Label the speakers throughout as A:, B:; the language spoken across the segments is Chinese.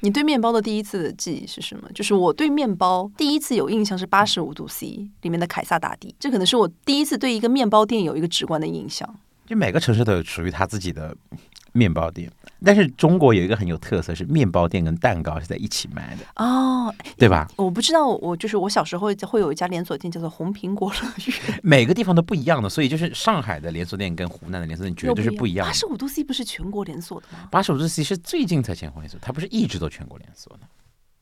A: 你对面包的第一次的记忆是什么？就是我对面包第一次有印象是《八十五度 C》里面的凯撒大帝，这可能是我第一次对一个面包店有一个直观的印象。
B: 就每个城市都有属于它自己的面包店，但是中国有一个很有特色是面包店跟蛋糕是在一起卖的，
A: 哦，
B: 对吧？
A: 我不知道，我就是我小时候会有一家连锁店叫做红苹果乐园，
B: 每个地方都不一样的，所以就是上海的连锁店跟湖南的连锁店 绝对是不一样
A: 八
B: 的。
A: 十五度 C 不是全国连锁的吗？
B: 八十五度 C 是最近才全国连锁，它不是一直都全国连锁的，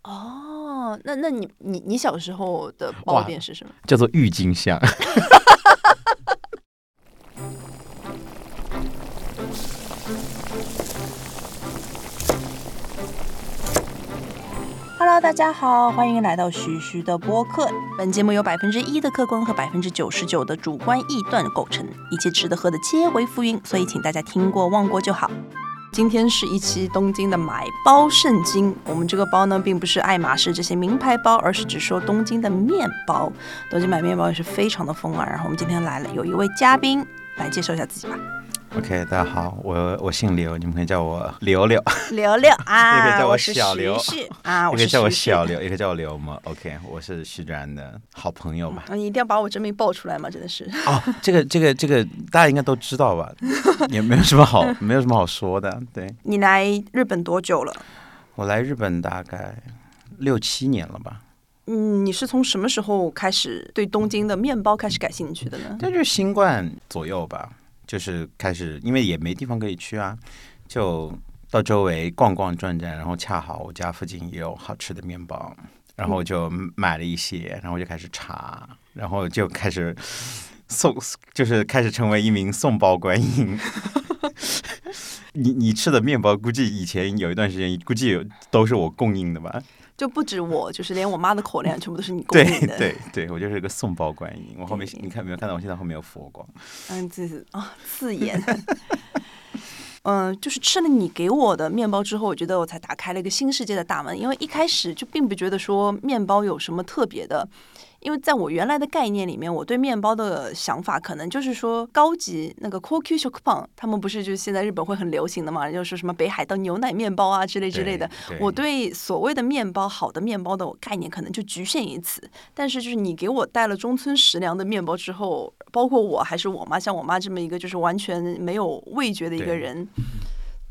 A: 哦，那那你你你小时候的包
B: 哇
A: 店是什么？
B: 叫做郁金香。
A: Hello，大家好，欢迎来到徐徐的播客。本节目由百分之一的客观和百分之九十九的主观臆断构成，一切吃的喝的皆为浮云，所以请大家听过忘过就好。今天是一期东京的买包圣经，我们这个包呢，并不是爱马仕这些名牌包，而是只说东京的面包。东京买面包也是非常的疯啊。然后我们今天来了有一位嘉宾，来介绍一下自己吧，
B: OK，大家好，我我姓刘，你们可以叫我刘刘，
A: 刘刘
B: 也可以
A: 啊，
B: 叫我
A: 我是
B: 小
A: 徐
B: 刘
A: 旭啊，
B: 也
A: 我
B: 可
A: 是
B: 以叫我
A: 徐旭
B: 小刘，也可以叫我刘嘛。OK，我是徐志安的好朋友 吧。
A: 啊你一定要把我真名爆出来吗？真的是。
B: 哦，这个这个这个大家应该都知道吧？也没有什么好没有什么好说的。对
A: 你来日本多久了？
B: 我来日本大概六七年了吧，
A: 嗯，你是从什么时候开始对东京的面包开始感兴趣的呢？
B: 但就是新冠左右吧，就是开始因为也没地方可以去啊，就到周围逛逛转转，然后恰好我家附近也有好吃的面包，然后我就买了一些，然后就开始查，然后就开始送，就是开始成为一名送包观音。你你吃的面包，估计以前有一段时间，估计有都是我供应的吧？
A: 就不止我，就是连我妈的口粮全部都是你供
B: 对
A: 应的。
B: 对对，我就是个送包观音。我后面
A: 对
B: 你看没有看到，我现在后面有佛光。
A: 嗯，这是啊，刺眼。 嗯，就是吃了你给我的面包之后，我觉得我才打开了一个新世界的大门。因为一开始就并不觉得说面包有什么特别的，因为在我原来的概念里面，我对面包的想法可能就是说高级那个 QQ 小胖，他们不是就是现在日本会很流行的嘛，就是什么北海道牛奶面包啊之类之类的。
B: 对
A: 我对所谓的面包，好的面包的概念可能就局限于此。但是就是你给我带了中村食粮的面包之后，包括我还是我妈，像我妈这么一个就是完全没有味觉的一个
B: 对
A: 人，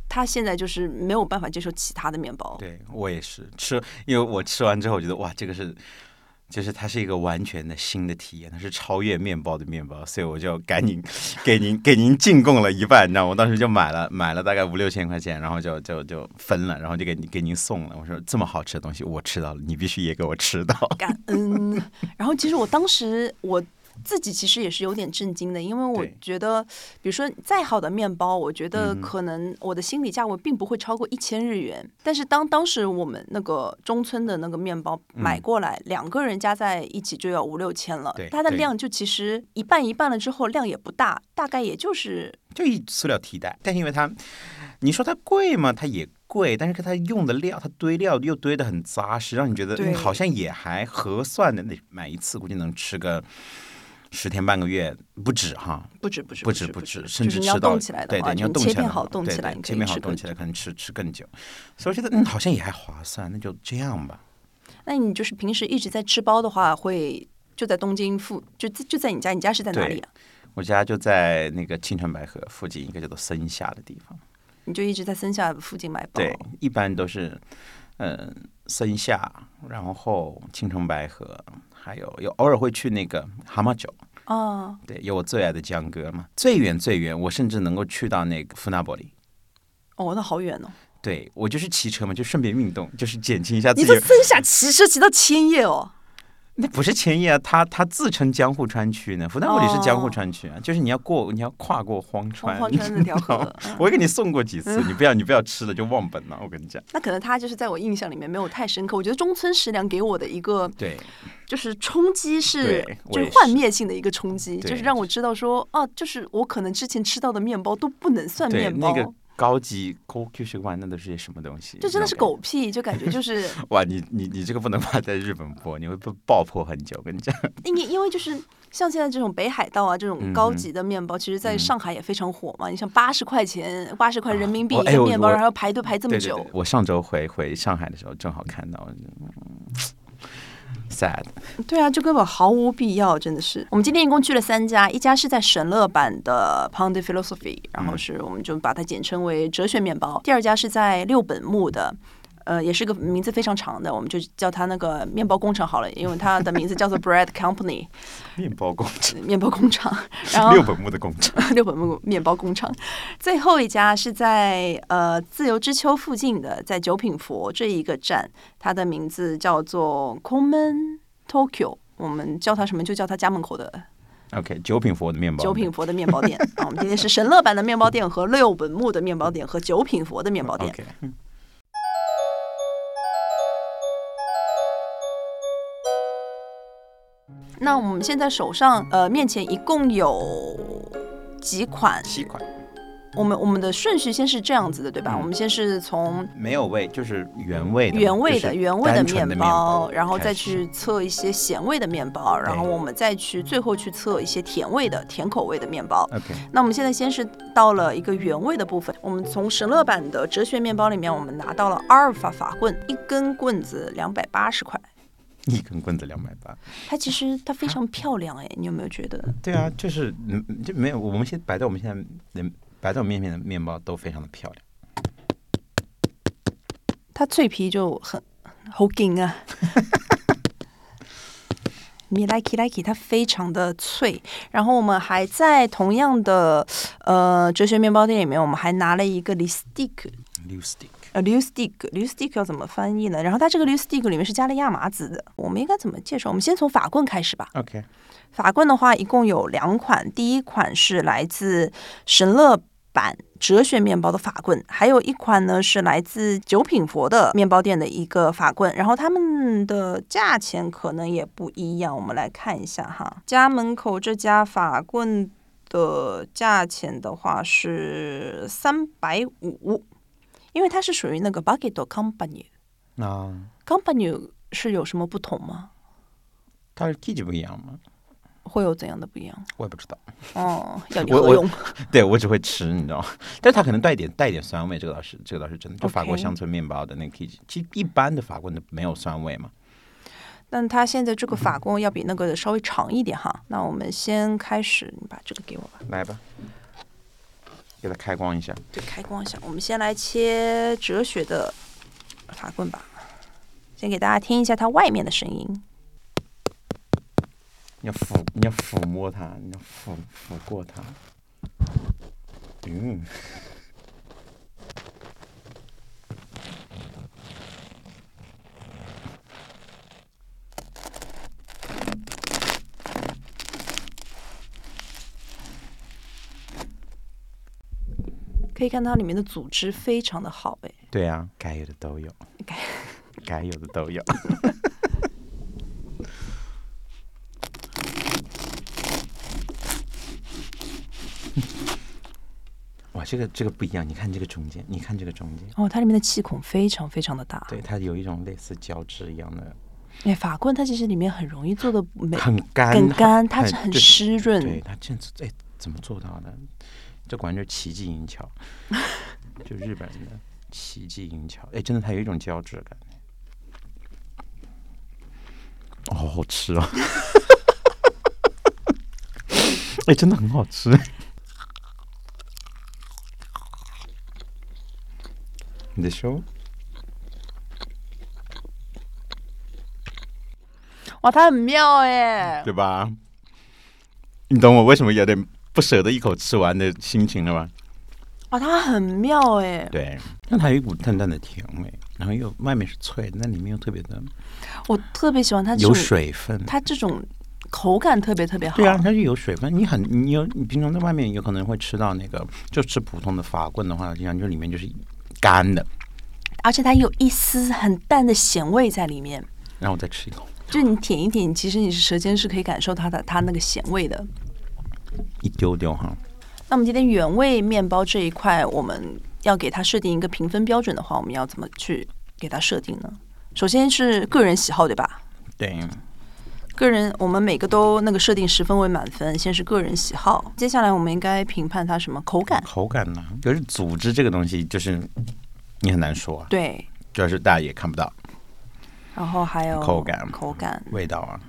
A: 她现在就是没有办法接受其他的面包。
B: 对我也是吃，因为我吃完之后，我觉得哇，这个是，就是它是一个完全的新的体验，它是超越面包的面包，所以我就赶紧给您给您进贡了一半，你知道吗，我当时就买了买了大概五六千块钱，然后就就就分了，然后就给你给您送了。我说这么好吃的东西我吃到了，你必须也给我吃到。
A: 感恩。 然后其实我当时我自己其实也是有点震惊的，因为我
B: 对
A: 觉得，比如说再好的面包，我觉得
B: 嗯哼
A: 可能我的心理价位并不会超过一千日元。但是当当时我们那个中村的那个面包买过来，两个人加在一起就要五六千了
B: 嗯对，
A: 它的
B: 对
A: 量就其实一半一半了之后量也不大，大概也就是
B: 就以塑料替代。但是因为它，你说它贵吗？它也贵，但是它用的料，它堆料又堆得很扎实，让你觉得
A: 对
B: 嗯好像也还合算的。那买一次估计能吃个十天半个月不止哈，
A: 不止不止
B: 不止
A: 不
B: 不
A: 止，
B: 止，
A: 就
B: 甚
A: 是
B: 至
A: 你要
B: 吃到
A: 动起来的
B: 对
A: 话，
B: 对，你要
A: 就
B: 动
A: 切
B: 起来
A: 片
B: 的话
A: 好动起
B: 对
A: 来，
B: 对
A: 你可
B: 切
A: 以
B: 片好
A: 吃更
B: 动起
A: 久
B: 来，。可能吃吃更久。所以我觉得嗯，好像也还划算，那就这样吧。
A: 那你就是平时一直在吃包的话，会就在东京附就在就在你家，你家是在哪里啊？
B: 我家就在那个青城白河附近一个叫做森下的地方。
A: 你就一直在森下附近买包。
B: 对，一般都是嗯森下，然后青城白河，还有有偶尔会去那个蛤蟆酒，
A: 啊，
B: 对，有我最爱的江哥嘛。最远最远，我甚至能够去到那个富那伯里。
A: 哦，那好远哦！
B: 对我就是骑车嘛，就顺便运动，就是减轻一下自
A: 你
B: 己
A: 在。森下骑车骑到千叶哦。
B: 那不是千叶啊，他他自称江户川区呢，富那伯里是江户川区啊，就是你要过，你要跨过荒
A: 荒
B: 川。
A: 荒川那条河嗯
B: 我给你送过几次，你不要你不要吃了就忘本了，我跟你讲。
A: 那可能他就是在我印象里面没有太深刻。我觉得中村食良给我的一个
B: 对，
A: 就是冲击是
B: 对，我
A: 就
B: 也
A: 是
B: 是
A: 幻灭性的一个冲击，
B: 对
A: 就是让我知道说，哦、啊，就是我可能之前吃到的面包都不能算
B: 对，
A: 面包。
B: 那个高级高级食玩那都是些什么东西？
A: 就真的是
B: 那种
A: 狗屁，就感觉就是
B: 感觉。哇，你你你这个不能放在日本播，你会被爆破很久。跟你讲，
A: 因为因为就是像现在这种北海道啊这种高级的面包，其实在
B: 嗯
A: 上海也非常火嘛。你像八十块钱，八十块人民币
B: 我
A: 一
B: 哎
A: 个
B: 我
A: 面包，
B: 我
A: 然后要排队排这么
B: 对对
A: 久，
B: 对，我上周回回上海的时候正好看到、嗯、，sad。
A: 对啊，就根本毫无必要，真的是。我们今天一共去了三家，一家是在神乐版的 Pound Philosophy，然
B: 嗯
A: 后是我们就把它简称为哲学面包；第二家是在六本木的。呃，也是个名字非常长的，我们就叫它那个面包工厂好了，因为它的名字叫做 Bread Company
B: 面包工厂，
A: 面包工厂。然后
B: 六本木的工厂。
A: 六本木面包工厂，最后一家是在呃自由之丘附近的，在九品佛这一个站，它的名字叫做 Common Tokyo，我们叫它什么就叫它家门口的
B: OK，九品佛的面包。
A: 九品佛的面包店啊。我们今天是神乐版的面包店和六本木的面包店和九品佛的面包店。
B: OK，
A: 那我们现在手上呃面前一共有几款？
B: 七款
A: 我们我们的顺序先是这样子的，对吧？
B: 嗯
A: 我们先是从
B: 没有味，就是原味的嘛，
A: 原味
B: 就
A: 的
B: 是
A: 原味的
B: 单纯
A: 面
B: 的面
A: 包，然后
B: 开
A: 再
B: 始
A: 去测一些咸味的面包，然后我们再去最后去测一些甜味的甜口味的面包。
B: OK，
A: 那我们现在先是到了一个原味的部分，我们从神乐版的哲学面包里面，我们拿到了阿尔法法棍，一根棍子两百八十块。
B: 一根棍子两百八。
A: 它其实它非常漂亮哎，你有没有觉得？
B: 对啊，就是嗯，就没有我们现在摆在我们现在嗯摆在我面前的面包都非常的漂亮。
A: 它脆皮就很好紧啊。 米莱 i 莱 i 它非常的脆。然后我们还在同样的呃哲学面包店里面，我们还拿了一个 l i s t i c
B: l u s t i c
A: 呃 l i s t i c l i s t i c 要怎么翻译呢？然后它这个 l i s t i c 里面是加了亚麻籽的。我们应该怎么介绍？我们先从法棍开始吧。
B: OK，
A: 法棍的话，一共有两款，第一款是来自神乐版哲学面包的法棍，还有一款呢是来自九品佛的面包店的一个法棍。然后它们的价钱可能也不一样，我们来看一下哈。家门口这家法棍的价钱的话是三百五，因为它是属于那个 bucket company。
B: 那
A: company 是有什么不同吗？
B: 它是 K 就不一样吗？
A: 会有怎样的不一样？
B: 我也不知道，
A: 哦，要你
B: 我
A: 合
B: 我
A: 用。
B: 对我只会吃，你知道吗？ 但它可能带一点带一点酸味，这个倒是这个倒是真的。就法国
A: OK
B: 乡村面包的那个 K，其实一般的法棍都没有酸味嘛。
A: 但它现在这个
B: 嗯
A: 法棍要比那个稍微长一点哈。那我们先开始，你把这个给我吧，
B: 来吧，给它开光一下。
A: 对，开光一下。我们先来切哲学的法棍吧，先给大家听一下它外面的声音。
B: 你要抚，你要抚摸它，你要抚抚过它。嗯，
A: 可以看它里面的组织非常的好哎诶，
B: 对啊，该有的都有，
A: 该
B: 该有的都有。 哇，这个这个不一样，你看这个中间，你看这个中间，
A: 哦，它里面的气孔非常非常的大。
B: 对，它有一种类似胶质一样的，
A: 哎，法棍它其实里面很容易做的美，
B: 很干，哎
A: 很干，它是很
B: 对
A: 湿润。
B: 对他这样子，哎，怎么做到的？这果然就是奇技淫巧，就日本人的奇技淫巧。哎，真的，它有一种胶质感。哦，好好吃哦！ 哎，真的很好吃。你的手
A: 哇，它很妙哎。
B: 对吧？你懂我为什么有点不舍得一口吃完的心情了吧？
A: 哇，它很妙哎。
B: 对，那它有一股淡淡的甜味，然后又外面是脆，的，那里面又特别的
A: 我特别喜欢它这
B: 有
A: 种
B: 水分。
A: 它这种口感特别特别好。
B: 对啊，它是有水分。你很，你有，你平常在外面有可能会吃到那个，就吃普通的法棍的话，经常就里面就是干的，
A: 而且它有一丝很淡的咸味在里面。
B: 然后我再吃一口，
A: 就是你舔一舔，其实你舌尖是可以感受它的它那个咸味的。
B: 一丢丢哈。
A: 那我们今天原味面包这一块，我们要给它设定一个评分标准的话，我们要怎么去给它设定呢？首先是个人喜好，对吧？
B: 对，
A: 个人，我们每个都那个设定十分为满分，先是个人喜好，接下来我们应该评判它什么口感。
B: 口感呢、就是组织这个东西，就是你很难说啊，
A: 对，
B: 主要是大家也看不到
A: 然后还有
B: 口感
A: 口感、
B: 味道啊，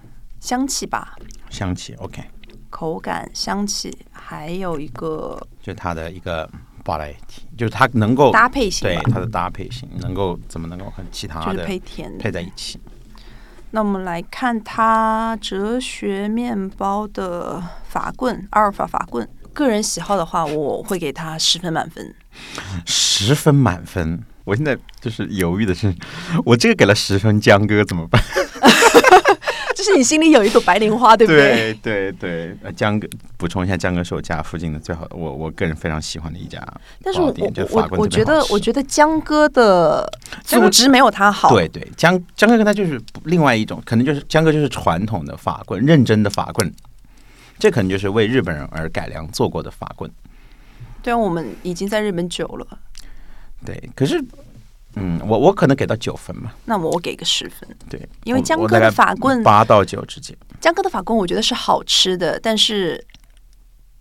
A: 香气吧，
B: 香气。OK，
A: 口感、香气，还有一个
B: 就它的一个 variety，就是它能够
A: 搭配性
B: 对
A: 吧，
B: 它的搭配性能够怎么能够和其他
A: 就是
B: 的
A: 配甜的
B: 配。在一起。
A: 那我们来看它哲学面包的法棍，阿尔法法棍。个人喜好的话，我会给它十分满 分。
B: 十分满分。我现在就是犹豫的是，我这个给了十分，江哥怎么办？
A: 就是你心里有一朵白莲花，对不对？
B: 对对对，呃江哥补充一下，江哥是我家附近的最好，我我个人非常喜欢的一家
A: 但是
B: 糕
A: 我
B: 点，就
A: 我
B: 是法
A: 我
B: 棍
A: 我
B: 特别
A: 觉
B: 好
A: 得
B: 吃
A: 我觉得江哥的组织没有他好。
B: 对对，江江哥跟他就是不另外一种，可能就是江哥就是传统的法棍，认真的法棍，这可能就是为日本人而改良做过的法棍。
A: 对啊，我们已经在日本久了，
B: 对，可是，嗯，我我可能给到九分吧，
A: 那我我给个十分。
B: 对，
A: 因为
B: 我
A: 江
B: 我
A: 哥
B: 大
A: 的
B: 概
A: 法棍
B: 八到九之间，
A: 江哥的法棍我觉得是好吃的，但是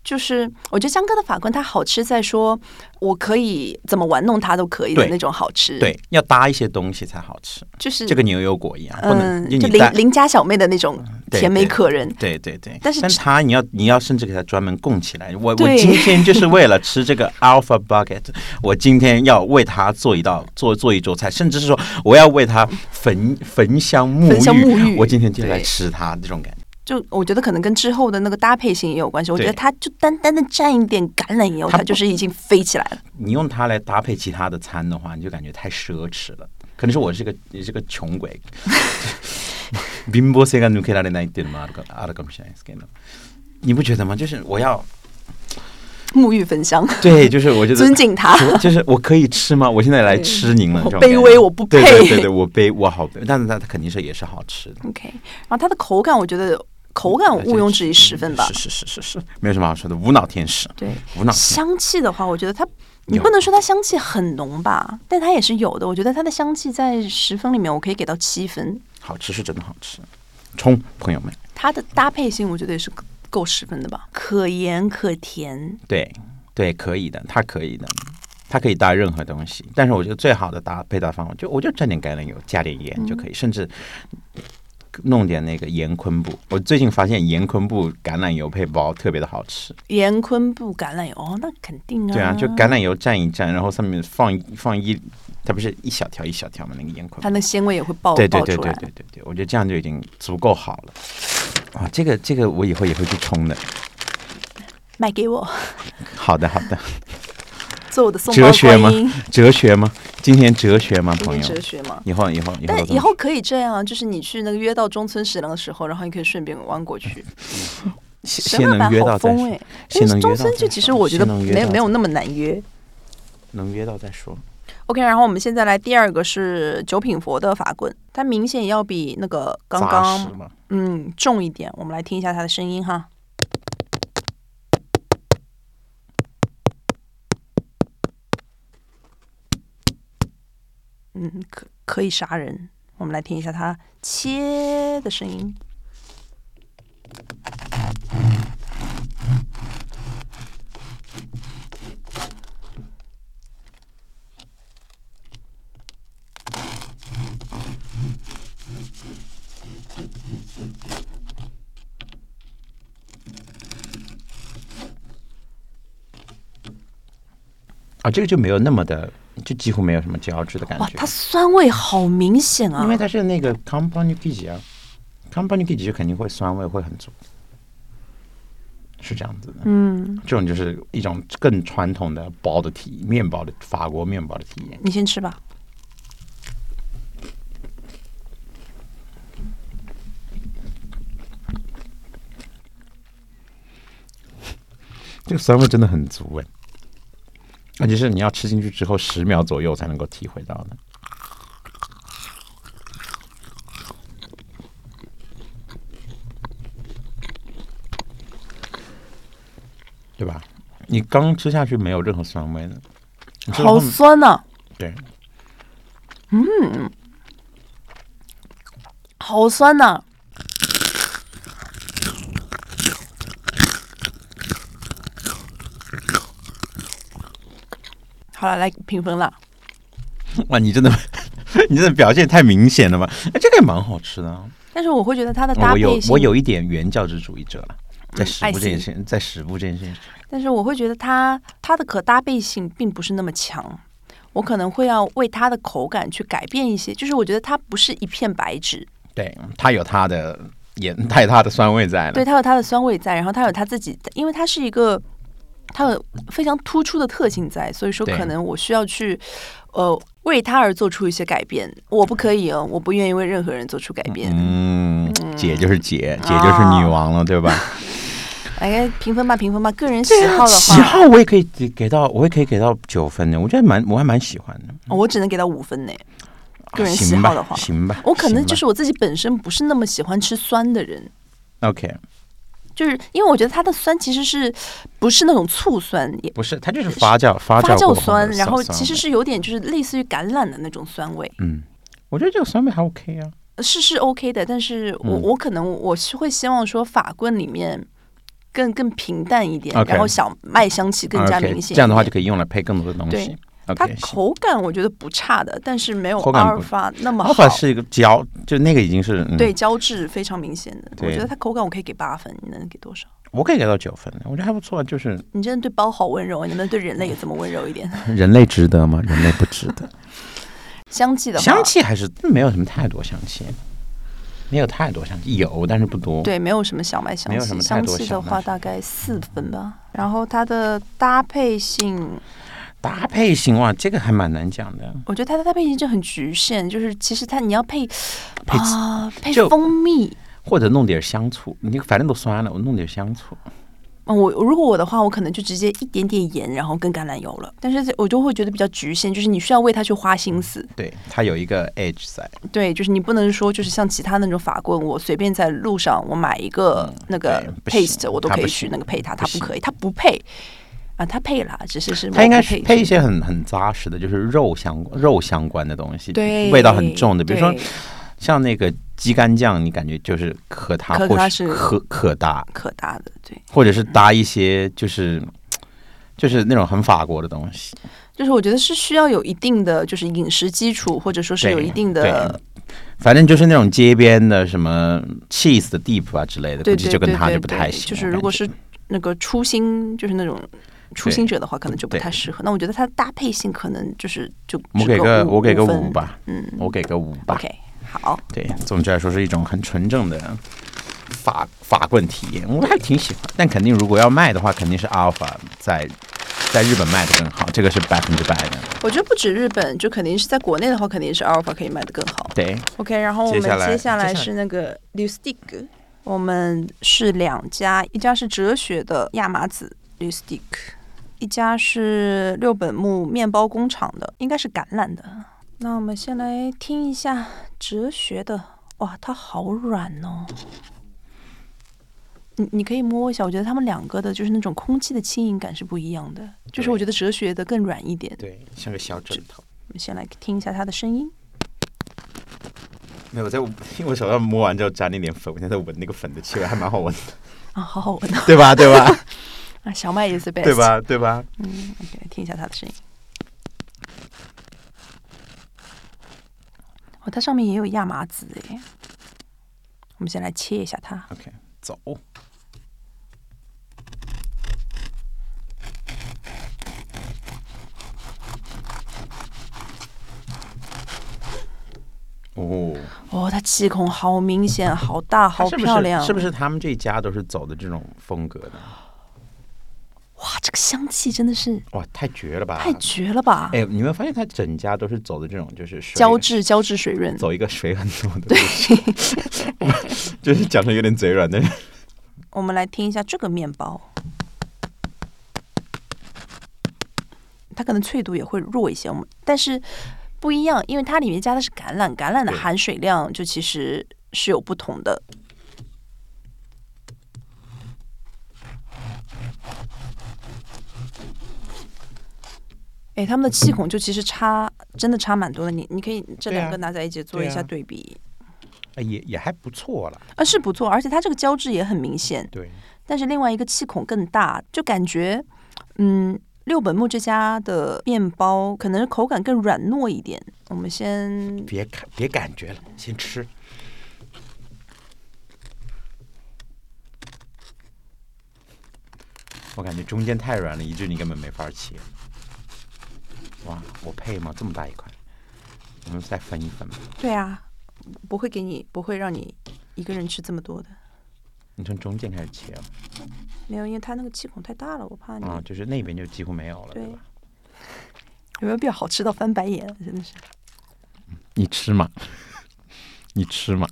A: 就是我觉得江哥的法棍它好吃在说我可以怎么玩弄它都可以的
B: 对
A: 那种好吃，，
B: 对，要搭一些东西才好吃，
A: 就是
B: 这个牛油果一样，不能、
A: 嗯，
B: 就
A: 就
B: 你
A: 邻
B: 单。
A: 邻家小妹的那种
B: 对
A: 甜美
B: 对
A: 可人。
B: 对对对，
A: 但是
B: 但
A: 吃
B: 它你要你要甚至给它专门供起来。我
A: 对
B: 我今天就是为了吃这个 Alpha Bucket，我今天要为它做一道做做一桌菜，甚至是说我要为它焚焚香沐
A: 焚香
B: 浴。
A: 沐浴
B: 我今天就来
A: 对
B: 吃它这种感觉，
A: 就我觉得可能跟之后的那个搭配性也有关系。我觉得
B: 对
A: 它就单单的蘸一点橄榄油，
B: 它
A: 它就是已经飞起来了。
B: 你用它来搭配其他的餐的话，你就感觉太奢侈了。可能是我是个也是个穷鬼。 貧乏性が抜けられないっていうのもあるか あるかもしれないですけど，你不觉得吗？就是我要
A: 沐浴焚香，
B: 对，就是我觉得
A: 尊敬它。
B: 我 就是我可以吃吗？我现在来吃您了，
A: 我
B: 这种感觉
A: 卑微我不配
B: 对对对对，我卑，我好卑，但是它它肯定是也是好吃的。
A: OK，然后它的口感，我觉得口
B: 嗯
A: 感毋庸置疑十分吧。
B: 是是是是是，没有什么好说的，无脑天使，
A: 对，
B: 无 脑天
A: 香气的话，我觉得它，你
B: 有
A: 不能说它香气很浓吧，但它也是有的。我觉得它的香气在十分里面，我可以给到七分。
B: 好吃是真的好吃，冲，朋友们，
A: 它的搭配性，我觉得也是够十分的吧，可盐可甜。
B: 对对，可以的，它可以的。它可以搭任何东西，但是我觉得最好的搭配搭方法就我就蘸点橄榄油，加点盐就可
A: 嗯
B: 以，甚至弄点那个盐昆布。我最近发现盐昆布橄榄油配包特别的好吃，
A: 盐昆布橄榄油，哦，那肯定啊。
B: 对啊，就橄榄油蘸一蘸，然后上面放一放一，它不是一小条一小条嘛，那个盐
A: 它
B: 捆。
A: 那鲜味也会爆
B: 对对
A: 爆
B: 对
A: 出
B: 对
A: 来。
B: 对对对，我觉得这样就已经足够好了。哇，这个这个我以后也会去冲的。
A: 卖给我，
B: 好的好的，
A: 做我的送
B: 哲
A: 包
B: 学吗
A: 观音，？
B: 哲学吗？今天哲学吗，
A: 今
B: 朋
A: 天
B: 友
A: 哲？学嘛。
B: 以后以后以后都
A: 但
B: 这
A: 以
B: 么
A: 后可以这样，就是你去那个约到中村食堂的时候，然后你可以顺便弯过去。
B: 先
A: 神
B: 先
A: 乐
B: 能
A: 版
B: 约
A: 好
B: 到再
A: 疯哎
B: 说，，先能约
A: 中
B: 到再
A: 村
B: 说。
A: 就其实我觉得
B: 先能约
A: 没有
B: 到
A: 没有
B: 再
A: 那么难约。
B: 能约到再说。
A: OK，然后我们现在来第二个是九品佛的法棍，它明显要比那个刚
B: 扎实
A: 刚
B: 嘛
A: 嗯重一点，我们来听一下它的声音哈。嗯，可可以杀人。我们来听一下它切的声音。
B: 啊，这个就没有那么的，就几乎没有什么胶质的感
A: 哇，
B: 觉
A: 它。酸味好明显啊！
B: 因为它是那个 company k i j i 啊，company k i j i 就肯定会酸味会很足，是这样子的。
A: 嗯，
B: 这种就是一种更传统的薄的体面包的法国面包的体验。
A: 你先吃吧。
B: 这个酸味真的很足哎，而且是你要吃进去之后十秒左右才能够体会到的。对吧？你刚吃下去没有任何酸味的，所以
A: 好
B: 后面
A: 酸呐、啊
B: 对，
A: 好酸呐、好了，来评分了。
B: 哇，你真的 你真的表现太明显了吧？哎，这个也蛮好吃的、啊。
A: 但是我会觉得它的搭
B: 哦我有
A: 配性，
B: 我有一点原教旨主义者了，在食
A: 爱
B: 物这件
A: 惜
B: 事，在食物这件事情上，
A: 但是我会觉得它它的可搭配性并不是那么强，我可能会要为它的口感去改变一些，就是我觉得它不是一片白纸，
B: 对它有它的也它有它的酸味在了。
A: 对，它有它的酸味在，然后它有它自己，因为它是一个它有非常突出的特性在，所以说
B: 对
A: 可能我需要去呃为它而做出一些改变，我不可以哦，我不愿意为任何人做出改变。
B: 嗯，姐就是姐，姐
A: 嗯
B: 就是
A: 啊
B: 女王了，对吧？
A: 哎，评分吧，评分吧，个人喜好的
B: 喜
A: 话，
B: 好我也可以给给到，我也可以给到九分的，我觉得蛮我还蛮喜欢的。
A: 我只能给到五分呢。
B: 啊
A: 个人喜
B: 行
A: 好
B: 吧
A: 的话
B: 行吧，
A: 我可能
B: 行
A: 就
B: 吧
A: 是我自己本身不是那么喜欢吃酸的人，
B: OK，
A: 就是因为我觉得它的酸其实是不是那种醋酸，也
B: 不是，它就是发酵发
A: 发
B: 酵过
A: 酵
B: 后
A: 酸，
B: 的
A: 然后
B: 小酸
A: 其实
B: 味
A: 是有点就是类似于橄榄的那种酸味，
B: 嗯，我觉得这个酸味还 OK 啊。
A: 是是 OK 的，但是我、
B: 嗯
A: 我可能我是会希望说法棍里面更更平淡一点
B: OK 啊
A: 然后小麦香气更加
B: OK，
A: 明显一点。
B: 这样的话就可以用来配更多的东
A: 对
B: 西。
A: 它
B: OK，行。
A: 口感我觉得不差的，但是没有
B: 口
A: 阿
B: 感不
A: 尔法那么
B: 阿
A: 好。
B: 尔法是一个胶，就那个已经是、嗯、
A: 对，胶质非常明显的，我
B: 对
A: 觉得它口感我可以给八分，你能给多少？
B: 我可以给到九分，我觉得还不错。就是
A: 你真的对包好温柔，你能不能对人类也这么温柔一点？
B: 人类值得吗？人类不值得。
A: 香气的话
B: 香气还是没有什么太多香气，没有太多香气，有但是不多。
A: 对，没有什么小麦香
B: 没有什
A: 气，
B: 么太
A: 香
B: 多
A: 气的
B: 小麦
A: 话
B: 香
A: 大概四分吧。然后它的搭配性，
B: 搭配型哇，这个还蛮难讲的。
A: 我觉得它的搭配性就很局限，就是其实它你要配
B: 配
A: 啊、配
B: 就
A: 蜂蜜。
B: 或者弄点香醋，你反正都酸了，我弄点香醋。
A: 嗯我如果我的话，我可能就直接一点点盐，然后跟橄榄油了。但是我就会觉得比较局限，就是你需要为它去花心思。
B: 对，它有一个 edge 在。
A: 对，就是你不能说就是像其他那种法棍，我随便在路上我买一个那个
B: 嗯对不行
A: paste，我都
B: 它
A: 可以
B: 不
A: 去
B: 行
A: 那个配它，它
B: 不
A: 不
B: 行
A: 可以，它不配啊，它配了，只是是我
B: 它应该
A: 不
B: 是
A: 配
B: 配一些很很扎实的，就是肉相肉相关的东西，
A: 对
B: 味道很重的，比如说
A: 对
B: 像那个鸡肝酱，你感觉就是和它
A: 和
B: 或
A: 它
B: 许
A: 是
B: 可可搭，
A: 可搭的，对，
B: 或者是搭一些就是就是那种很法国的东西，
A: 就是我觉得是需要有一定的就是饮食基础，或者说是
B: 对
A: 有一定的，
B: 反正就是那种街边的什么 cheese 的 deep 啊之类的，
A: 对对
B: 估计
A: 对
B: 就跟
A: 对
B: 它
A: 对，
B: 就不太行。
A: 就是
B: 我
A: 如果
B: 感觉嗯
A: 是那个初心，就是那种初心者的话，可能就不
B: 对
A: 太适合。那我觉得它的搭配性可能就是就
B: 我给
A: 只
B: 个我给个
A: 分
B: 五吧，
A: 嗯
B: 我给个五吧。
A: ，OK，好，
B: 对，总之来说是一种很纯正的法法棍体验，我还挺喜欢。但肯定如果要卖的话，肯定是 Alpha 在在日本卖的更好，这个是百分之百的。
A: 我觉得不止日本，就肯定是在国内的话，肯定是阿尔法可以卖得更好。
B: 对，
A: OK，然后我们
B: 接下来
A: 接下来
B: 接下来
A: 是那个 l u s t i c 我们是两家，一家是哲学的亚麻籽 l u s t i c 一家是六本木面包工厂的，应该是橄榄的。那我们先来听一下哲学的，哇，它好软哦。你你可以摸一下，我觉得它们两个的就是那种空气的轻盈感是不一样的，就是
B: 对
A: 我觉得哲学的更软一点。
B: 对，像个小枕头。
A: 我们先来听一下它的声音。
B: 没有，我在我因为我手上摸完之后沾了一点粉，我现在在闻那个粉的气味，还蛮 好闻的，
A: 啊，好好闻啊！
B: 对吧？对吧？
A: 啊，小 麦也是 best，
B: 对？吧？对吧？
A: 嗯，OK，听一下它的声音。哦，它上面也有亚麻籽诶。我们先来切一下它。
B: OK，走。哦，
A: 哦，它气孔好明显，好大，好
B: 哎是不是
A: 漂亮。
B: 是不是他们这一家都是走的这种风格的？
A: 哇，这个香气真的是
B: 哇，太绝了吧！
A: 太绝了吧！
B: 哎，你有没有发现他整家都是走的这种就是水
A: 胶质胶质水润。
B: 走一个水很多 的路线， 就是讲的有点嘴软，但是
A: 我们来听一下这个面包，它可能脆度也会弱一些，我们但是不一样，因为它里面加的是橄榄，橄榄的
B: 对
A: 含水量就其实是有不同的。哎，哎，他们的气孔就其实差真的差蛮多的。你你可以这
B: 对啊
A: 两个拿在一起做一下
B: 对啊
A: 对比，
B: 哎也也还不错啦。
A: 啊是不错，而且它这个胶质也很明显，
B: 对，
A: 但是另外一个气孔更大，就感觉嗯。六本木这家的面包可能口感更软糯一点。我们先
B: 别看别感觉了，先吃。我感觉中间太软了，以至于你根本没法切。哇，我配吗？这么大一块，我们再分一分吧。
A: 对啊，不会给你，不会让你一个人吃这么多的。
B: 你从中间开始切啊
A: 没有，因为它那个气孔太大了，我怕你、
B: 啊，就是那边就几乎没有了，对
A: 对
B: 吧？
A: 有没有必要好吃到翻白眼？真的是。
B: 你吃嘛， 你吃嘛，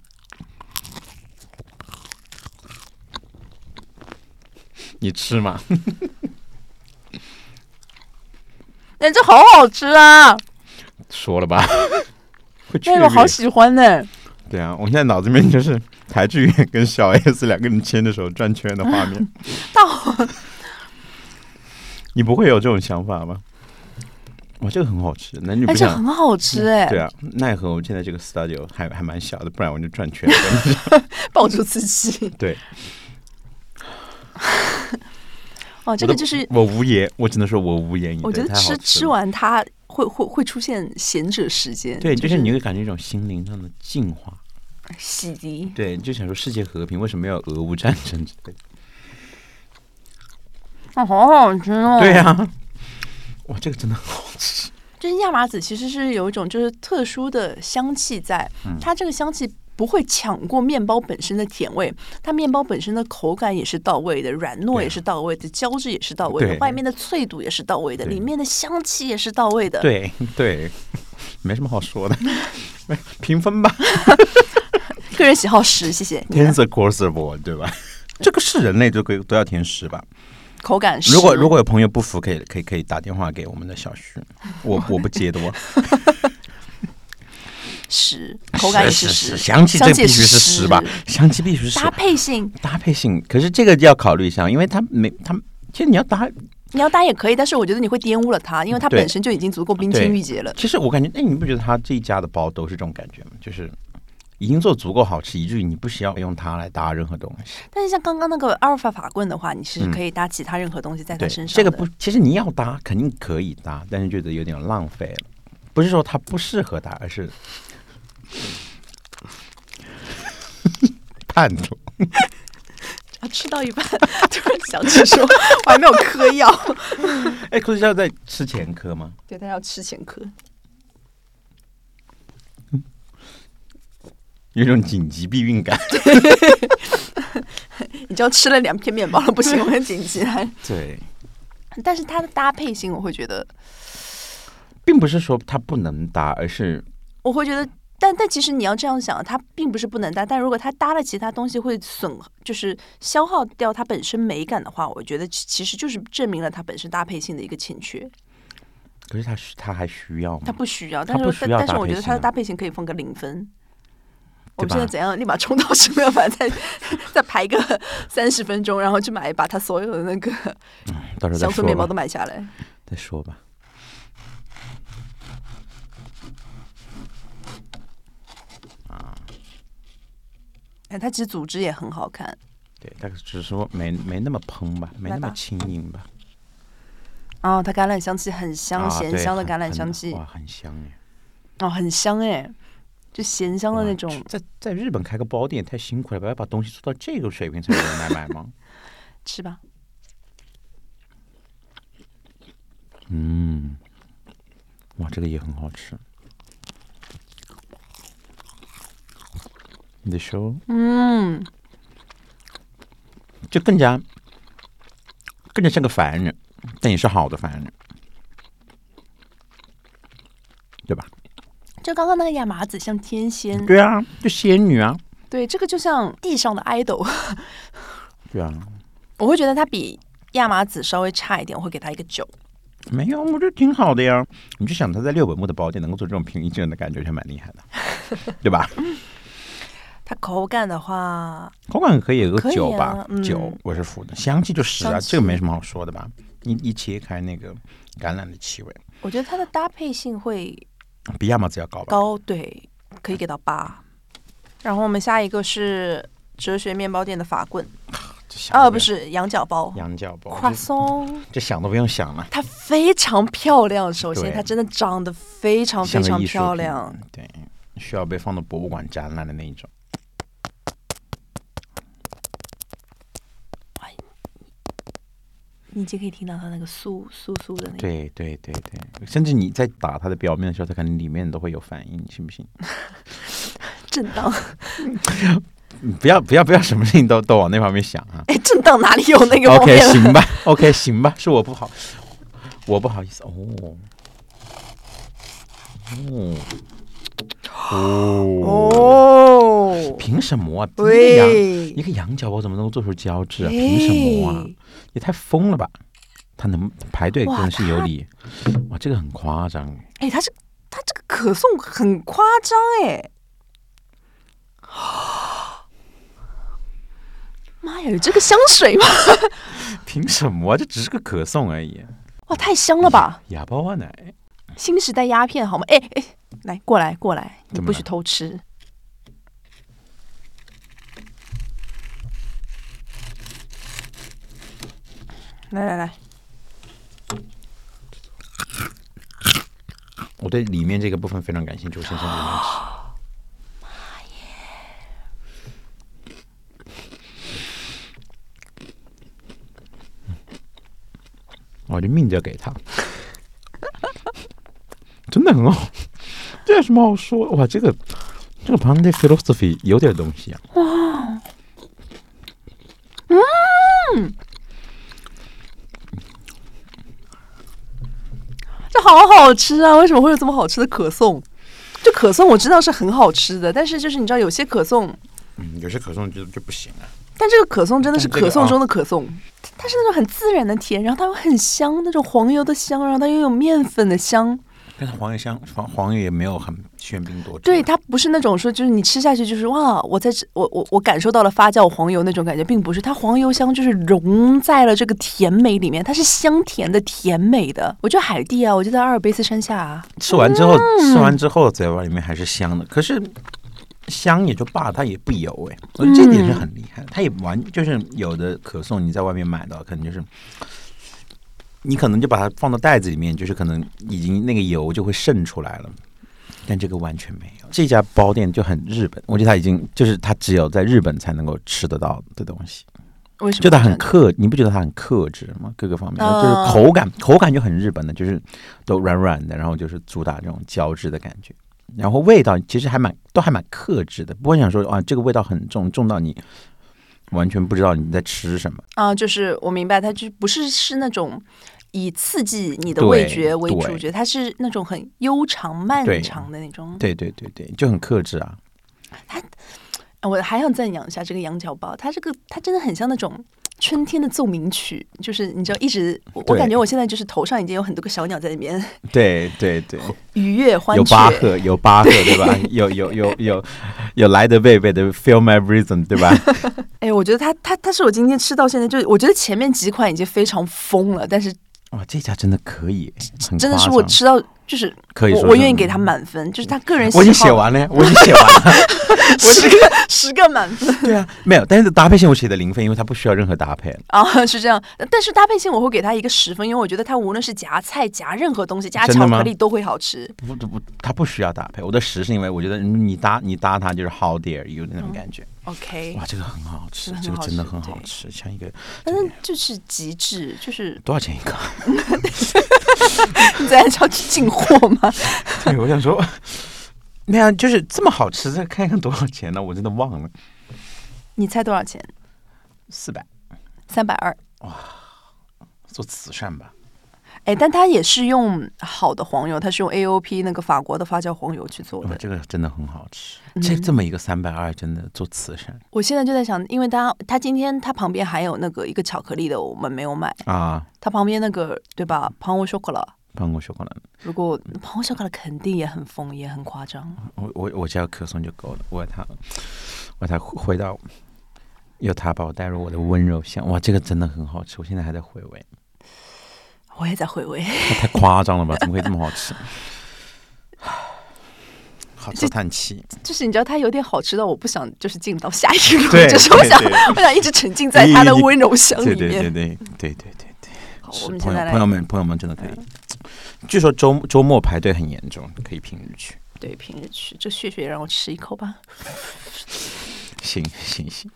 B: 你吃嘛。
A: 哎、这好好吃啊！
B: 说了吧， 会
A: 那个好喜欢呢、
B: 对啊，我现在脑子里面就是台志远 跟小 S 两个人牵着手转圈的画 面。
A: 大好，
B: 你不会有这种想法吗？哇，这个很好吃，那你
A: 哎，
B: 不
A: 这
B: 想？
A: 很好吃哎、
B: 对啊，奈何我现在这个 studio 还还蛮小的，不然我就转圈了。
A: 抱住自己。
B: 对，
A: 哦，这
B: 我都
A: 个就是
B: 我无言，我只能说我无言以对。
A: 我觉得
B: 太好
A: 吃
B: 吃
A: 吃
B: 了，
A: 完它会会会出现闲者时间，
B: 对，
A: 就
B: 就是你会感觉一种心灵上的净化。
A: 洗涤。
B: 对，你就想说世界和平，为什么要有俄乌战争之类的？
A: 哦，好好吃哦。
B: 对啊，哇，这个真的很好吃。
A: 就是亚麻籽其实是有一种就是特殊的香气在，
B: 嗯
A: 它这个香气不会抢过面包本身的甜味，它面包本身的口感也是到位的，软糯
B: 对
A: 也是到位的，胶质也是到位的
B: 对，
A: 外面的脆度也是到位的，
B: 对
A: 里面的香气也是到位的。
B: 对对，没什么好说的，评分吧。
A: 个人喜好十，谢谢。你
B: 填
A: 呢
B: 色 course of all，对吧？这个是人类都可以都要填十吧？
A: 口感十。
B: 如果如果有朋友不服，可以可以可以打电话给我们的小徐，我我不接的哦。
A: 十， 口感也
B: 是
A: 十，
B: 香气这
A: 也
B: 必须
A: 十
B: 是十吧？香气必须是十
A: 搭配性，
B: 搭配性，可是这个要考虑一下，因为它没它，其实你要搭，
A: 你要搭也可以，但是我觉得你会玷污了它，因为它
B: 对
A: 本身就已经足够冰清玉洁了。
B: 其实我感觉，哎，你不觉得他这一家的包都是这种感觉吗？就是。已经做足够好吃，以至于你不需要用它来搭任何东西。
A: 但是像刚刚那个阿尔法法棍的话，你是
B: 嗯
A: 可以搭其他任何东西在它
B: 对，
A: 身上
B: 这个
A: 的
B: 不，其实你要搭肯定可以搭，但是觉得有点浪费了。不是说它不适合搭，而是叛徒。
A: 啊，吃到一半 突然想起说， 我还没有嗑药。
B: 哎，可是要在吃前科吗？
A: 对，但要吃前嗑。
B: 有一种紧急避孕感。
A: 你知道吃了两片面包了，不行，我很紧急。 还
B: 对，
A: 但是它的搭配性，我会觉得，
B: 并不是说它不能搭，而是
A: 我会觉得，但但其实你要这样想，它并不是不能搭，但如果它搭了其他东西会损，就是消耗掉它本身美感的话，我觉得其其实就是证明了它本身搭配性的一个欠缺。
B: 可是它需它还需要
A: 它
B: 吗？
A: 不需要，
B: 它
A: 但
B: 不
A: 是
B: 需
A: 但
B: 要
A: 但是
B: 搭
A: 我
B: 配
A: 觉得
B: 性
A: 它的
B: 啊
A: 搭配性可以分个零分。我们
B: 对
A: 现在
B: 吧
A: 怎样立马冲到什么要反 正再排个三十分钟，然后去买把它所有的那个
B: 到时候
A: 乡
B: 再
A: 村面包
B: 说
A: 都
B: 吧，
A: 买下来。
B: 再说吧。
A: 哎，它其实组织也很好看，
B: 对，但是只是说没没那么蓬吧，没
A: 来
B: 那么
A: 吧
B: 轻盈吧。
A: 然后它哦橄榄香气很香，
B: 啊
A: 咸
B: 对
A: 香的
B: 很
A: 橄榄
B: 很
A: 香气
B: 哇，，很香哎。
A: 哦，很香哎，就咸香的
B: 哇
A: 那种。
B: 在在日本开个包店太辛苦了吧，要把东西做到这个水平才有人来买吗？
A: 吃吧，
B: 嗯，哇，这个也很好吃。你说，
A: 嗯，
B: 就更加更加像个凡人，但也是好的凡人，对吧？
A: 就刚刚那个亚麻籽像天仙，
B: 对啊，就仙女啊，
A: 对，这个就像地上的 idol，
B: 对啊，
A: 我会觉得它比亚麻籽稍微差一点，我会给它一个九。
B: 没有，我觉得挺好的呀。你就 想他在六本木的包店能够做这种平易近人的感觉，就蛮厉害的，对吧？
A: 它口感的话，
B: 口感可以有
A: 可
B: 个
A: 以
B: 九
A: 啊
B: 吧，
A: 嗯
B: 九我是服的，香气就十啊，
A: 香气
B: 这个没什么好说的吧？一一切开那个橄榄的气味，
A: 我觉得它的搭配性会
B: 比亚麻籽要高吧？
A: 高，对，可以给到八。然后我们下一个是哲学面包店的法棍，
B: 这想都
A: 啊，
B: 不
A: 不是羊角包，
B: 用羊角包，
A: croissant，
B: 这这想都不用想了，
A: 它非常漂亮。首先，
B: 对
A: 它真的长得非常哦非
B: 像个
A: 常
B: 艺术
A: 漂
B: 品
A: 亮。，
B: 对，需要被放到博物馆展览的那一种。
A: 你已经可以听到它那个酥酥酥的那个。
B: 对对对对，甚至你在打它的表面的时候，它可能里面都会有反应，你信不信？
A: 震荡，
B: 嗯不要不要不要，什么事情都都往那方面想啊。
A: 哎，震荡哪里 有那个方
B: OK，
A: 面了？
B: 行吧，OK，行吧，是我不好，我不好意思哦。哦哦，
A: 哦，
B: 凭什么啊？一个羊，
A: 喂
B: 一，个羊角包怎么能够做出胶质啊？凭什么啊
A: 哎？？
B: 也太疯了吧！他能排队
A: 哇
B: 真是有理，哇，这个很夸张。
A: 哎，它这它这个可颂很夸张 哎。妈呀，有这个香水 吗？
B: 凭什么啊？这只是个可颂而已。
A: 哇，太香了吧！
B: 哑巴万奶，
A: 新时代鸦片好吗？哎哎，来过来过来，你
B: 怎么
A: 不
B: 了
A: 许偷吃。来来来，
B: 我对里面这个部分非常感兴趣，我先从里面吃。我就命着给他， 真的很好，这有什么好说？哇，这个这个 p a n d a philosophy 有点东西啊！哇，
A: 这好好吃啊！为什么会有这么好吃的可颂？就可颂我知道是很好吃的，但是就是你知道有些可颂，
B: 嗯，有些可颂就就不行啊。
A: 但这个可颂真的是
B: 但这个啊
A: 可颂中的可颂，它它是那种很自然的甜，然后它又很香，那种黄油的香，然后它又有面粉的香，
B: 但是黄油香黄黄油也没有很喧宾夺主，啊
A: 对，它不是那种说就是你吃下去就是哇，我在吃我我我感受到了发酵黄油那种感觉，并不是它黄油香就是融在了这个甜美里面，它是香甜的甜美的。我觉得海地啊，我就在阿尔卑斯山下啊，
B: 吃完之后，吃完之后嘴巴里面还是香的，可是香也就罢，它也不油哎、我觉得这点是很厉害。它也完就是有的可颂你在外面买到，可能就是你可能就把它放到袋子里面，就是可能已经那个油就会渗出来了。但这个完全没有，这家包店就很日本，我觉得它已经就是它只有在日本才能够吃得到的东西，
A: 为什么？
B: 就它很克，你不觉得它很克制吗？各个方面，
A: 嗯
B: 就是口感，口感就很日本的，就是都软软的，然后就是主打这种胶质的感觉，然后味道其实还蛮都还蛮克制的，不会想说啊这个味道很重，重到你完全不知道你在吃什么。
A: 啊，就是我明白，它就是不是是那种以刺激你的
B: 对
A: 味觉为主
B: 对
A: 角，它是那种很悠长漫
B: 对
A: 长的那种。
B: 对对对对，就很克制啊。
A: 啊我还想赞扬一下这个羊角包，它这个它真的很像那种春天的奏鸣曲，就是你知道，一直我我
B: 对
A: 感觉我现在就是头上已经有很多个小鸟在里面
B: 对对对，
A: 愉悦欢
B: 有
A: 雀。
B: 巴赫，有巴赫对吧？ 有有有有有莱德贝贝的《Feel My Rhythm》对吧？
A: 哎，我觉得它它它是我今天吃到现在，就是我觉得前面几款已经非常疯了，但是
B: 哇，这家真的可以，很
A: 真的是
B: 夸
A: 我
B: 张
A: 吃到就是
B: 可以
A: 我
B: 说
A: 我
B: 是
A: 愿意给它满分，就是他个人喜好
B: 我已经写完了呀，我已经写完了。我
A: 十个十个满分。
B: 对啊，没有，但是搭配性我写的零分，因为它不需要任何搭配。
A: 啊，是这样，但是搭配性我会给他一个十分，因为我觉得它无论是夹菜、夹任何东西、夹
B: 真
A: 巧
B: 的吗
A: 克力都会好吃。
B: 不不不，它不需要搭配。我的十是因为我觉得嗯你搭你搭它就是 how dare you 那种感觉。
A: OK，
B: 哇，这个哦很好吃，
A: 真的
B: 这
A: 很好吃
B: 个真的很好吃，像一个
A: 反正就是极致，就是
B: 多少钱一个？
A: 你在要去进货吗？
B: 对，我想说， 那样就是这么好吃，再看一看多少钱呢？我真的忘了，
A: 你猜多少钱？
B: 四百。
A: 三百二。
B: 做慈善吧，
A: 哎，但它也是用好的黄油，它是用 AOP 那个法国的发酵黄油去做
B: 哇，
A: 的。
B: 这个真的嗯很好吃。这这么一个三百二，真的做慈善
A: 我现在就在想，因为它它今天它旁边还有那个一个巧克力的，我们没有买。
B: 啊！
A: 它旁边那个对吧？旁我 chocolat，
B: 办过修过了。
A: 如果朋友小卡的肯定也很疯，也很夸张。
B: 我我我只要咳嗽就够了，我他我他回到有他把我带入我的温柔乡，哇，这个真的很好吃，我现在还在回味，
A: 我也在回味，
B: 太夸张了吧？怎么会这么好吃？好
A: 这
B: 吃叹气，
A: 就是你知道它有点好吃到我不想就是进到下一个
B: 对
A: 路， 就是我
B: 对
A: 想
B: 对
A: 我想一直沉浸在它的温柔乡
B: 对
A: 里
B: 对对
A: 面。
B: 对对对对对，
A: 好，
B: 是
A: 我们现
B: 朋
A: 在
B: 友
A: 来嗯
B: 朋友们朋友们真的可以，据说周周末排队很严重，可以平日去。
A: 对平日去，这血血让我吃一口吧。
B: 行行行，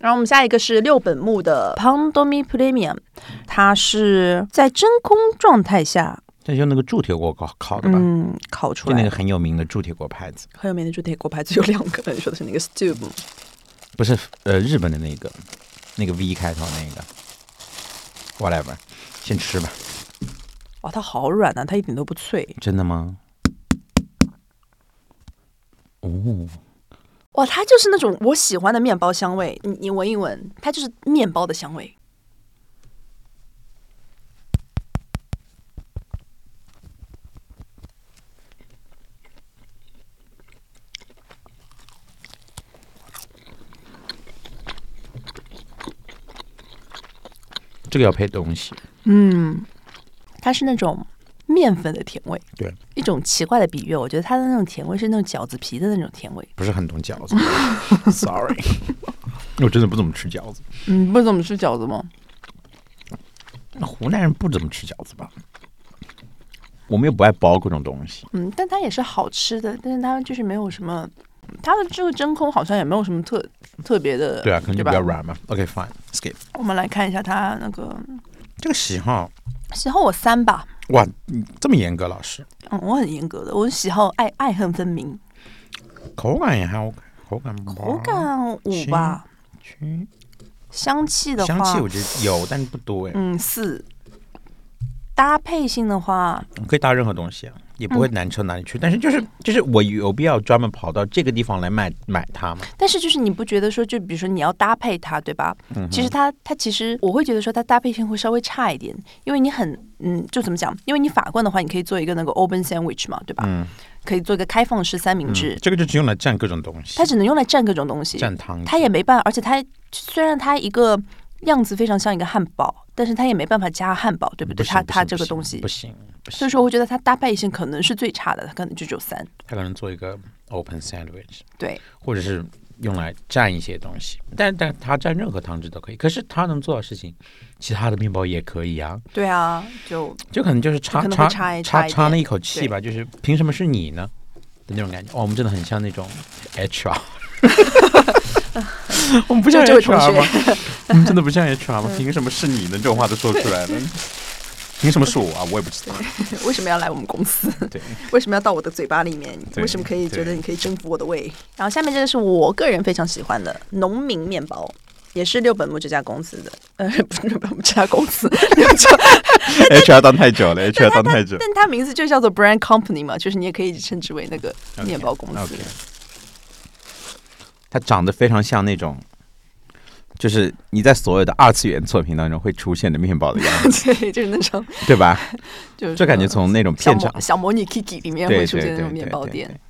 A: 然后我们下一个是六本木的 Pandomi Premium，它是在真空状态下，
B: 这就那个铸铁锅烤烤的吧，
A: 嗯，烤出
B: 就那
A: 来
B: 个
A: 的。
B: 很有名的铸铁锅牌子，
A: 很有名的铸铁锅牌子有两个，你说的是那个 Stube 吗？
B: 不是呃日本的那个，那个 V 开头那个，whatever，先吃吧。
A: 哇，它好软啊，它一点都不脆。
B: 真的吗？哦，
A: 哇，它就是那种我喜欢的面包香味。你你闻一闻，它就是面包的香味。
B: 这个要配东西，
A: 嗯，它是那种面粉的甜味，
B: 对，
A: 一种奇怪的比喻。我觉得它的那种甜味是那种饺子皮的那种甜味。
B: 不是很懂饺子 ，sorry，我真的不怎么吃饺子。
A: 嗯，不怎么吃饺子吗？
B: 湖南人不怎么吃饺子吧？我们又不爱包各种东西，
A: 嗯，但它也是好吃的，但是它就是没有什么，它的这个真空好像也没有什么特特别的，
B: 对啊，可能就比较
A: 吧。
B: 软嘛。OK，fine，skip、
A: 我们来看一下它那个
B: 这个喜好，
A: 喜好，我三吧。
B: 哇，你这么严格，老师，
A: 嗯，我很严格的，我喜好爱爱恨分明，
B: 口感也还 OK，口感吧
A: 口感五吧，
B: 去
A: 香气的话，
B: 香气我觉得有，但是不多哎，
A: 嗯四。搭配性的话，
B: 可以搭任何东西啊，也
A: 嗯
B: 不会难吃到哪里去。但是就是就是我有必要专门跑到这个地方来买买它吗？
A: 但是就是你不觉得说，就比如说你要搭配它，对吧？
B: 嗯
A: 其实它它其实我会觉得说它搭配性会稍微差一点，因为你很嗯，就怎么讲？因为你法棍的话，你可以做一个那个 open sandwich 嘛，对吧？
B: 嗯
A: 可以做一个开放式三明治，
B: 这个就只用来蘸各种东西
A: 它，只能用来蘸各种东西，
B: 蘸汤。
A: 它也没办法。而且它虽然它一个样子非常像一个汉堡，但是它也没办法加汉堡，对不
B: 不
A: 对？
B: 行
A: 它
B: 不
A: 它
B: 行
A: 这
B: 不
A: 个
B: 行
A: 东西
B: 不，行不行，
A: 所以说我觉得它搭配性可能是最差的，它可能就只有三。
B: 它可能做一个 open sandwich，
A: 对，
B: 或者是用来蘸一些东西，但但它蘸任何汤汁都可以。可是它能做的事情，其他的面包也可以啊，
A: 对啊，就
B: 就可能就是
A: 就
B: 插
A: 可能
B: 插
A: 会差一差
B: 插
A: 一
B: 插
A: 点
B: 那一口气吧，就是凭什么是你呢的那种感觉。哦，我们真的很像那种 HR。我们不像
A: 就这位同
B: HR
A: 学嗯
B: 吗？ 我们真的不像 HR 吗？凭什么是你呢？这种话都说出来了，凭什么是我啊？我也不知道。
A: 为什么要来我们公司？
B: 对，
A: 为什么要到我的嘴巴里面？
B: 对
A: 为什么可以觉得
B: 对
A: 你可以征服我的胃？然后下面这个是我个人非常喜欢的农民面包，也是六本木这家公司的，呃， 不是六本木这家公 司，
B: HR 当太 久了，HR 当太久。
A: 但它名字就叫做 Brand Company 嘛，就是你也可以称之为那个面包公司。
B: OK，它长得非常像那种，就是你在所有的二次元作品当中会出现的面包的样 子，
A: 对，就是那种，
B: 对吧？
A: 就是
B: 就感觉从那种
A: 小
B: 片场
A: 模小模拟 Kiki 里面
B: 对
A: 会
B: 对
A: 出
B: 对
A: 现
B: 对
A: 的那种面包
B: 对
A: 店。
B: 对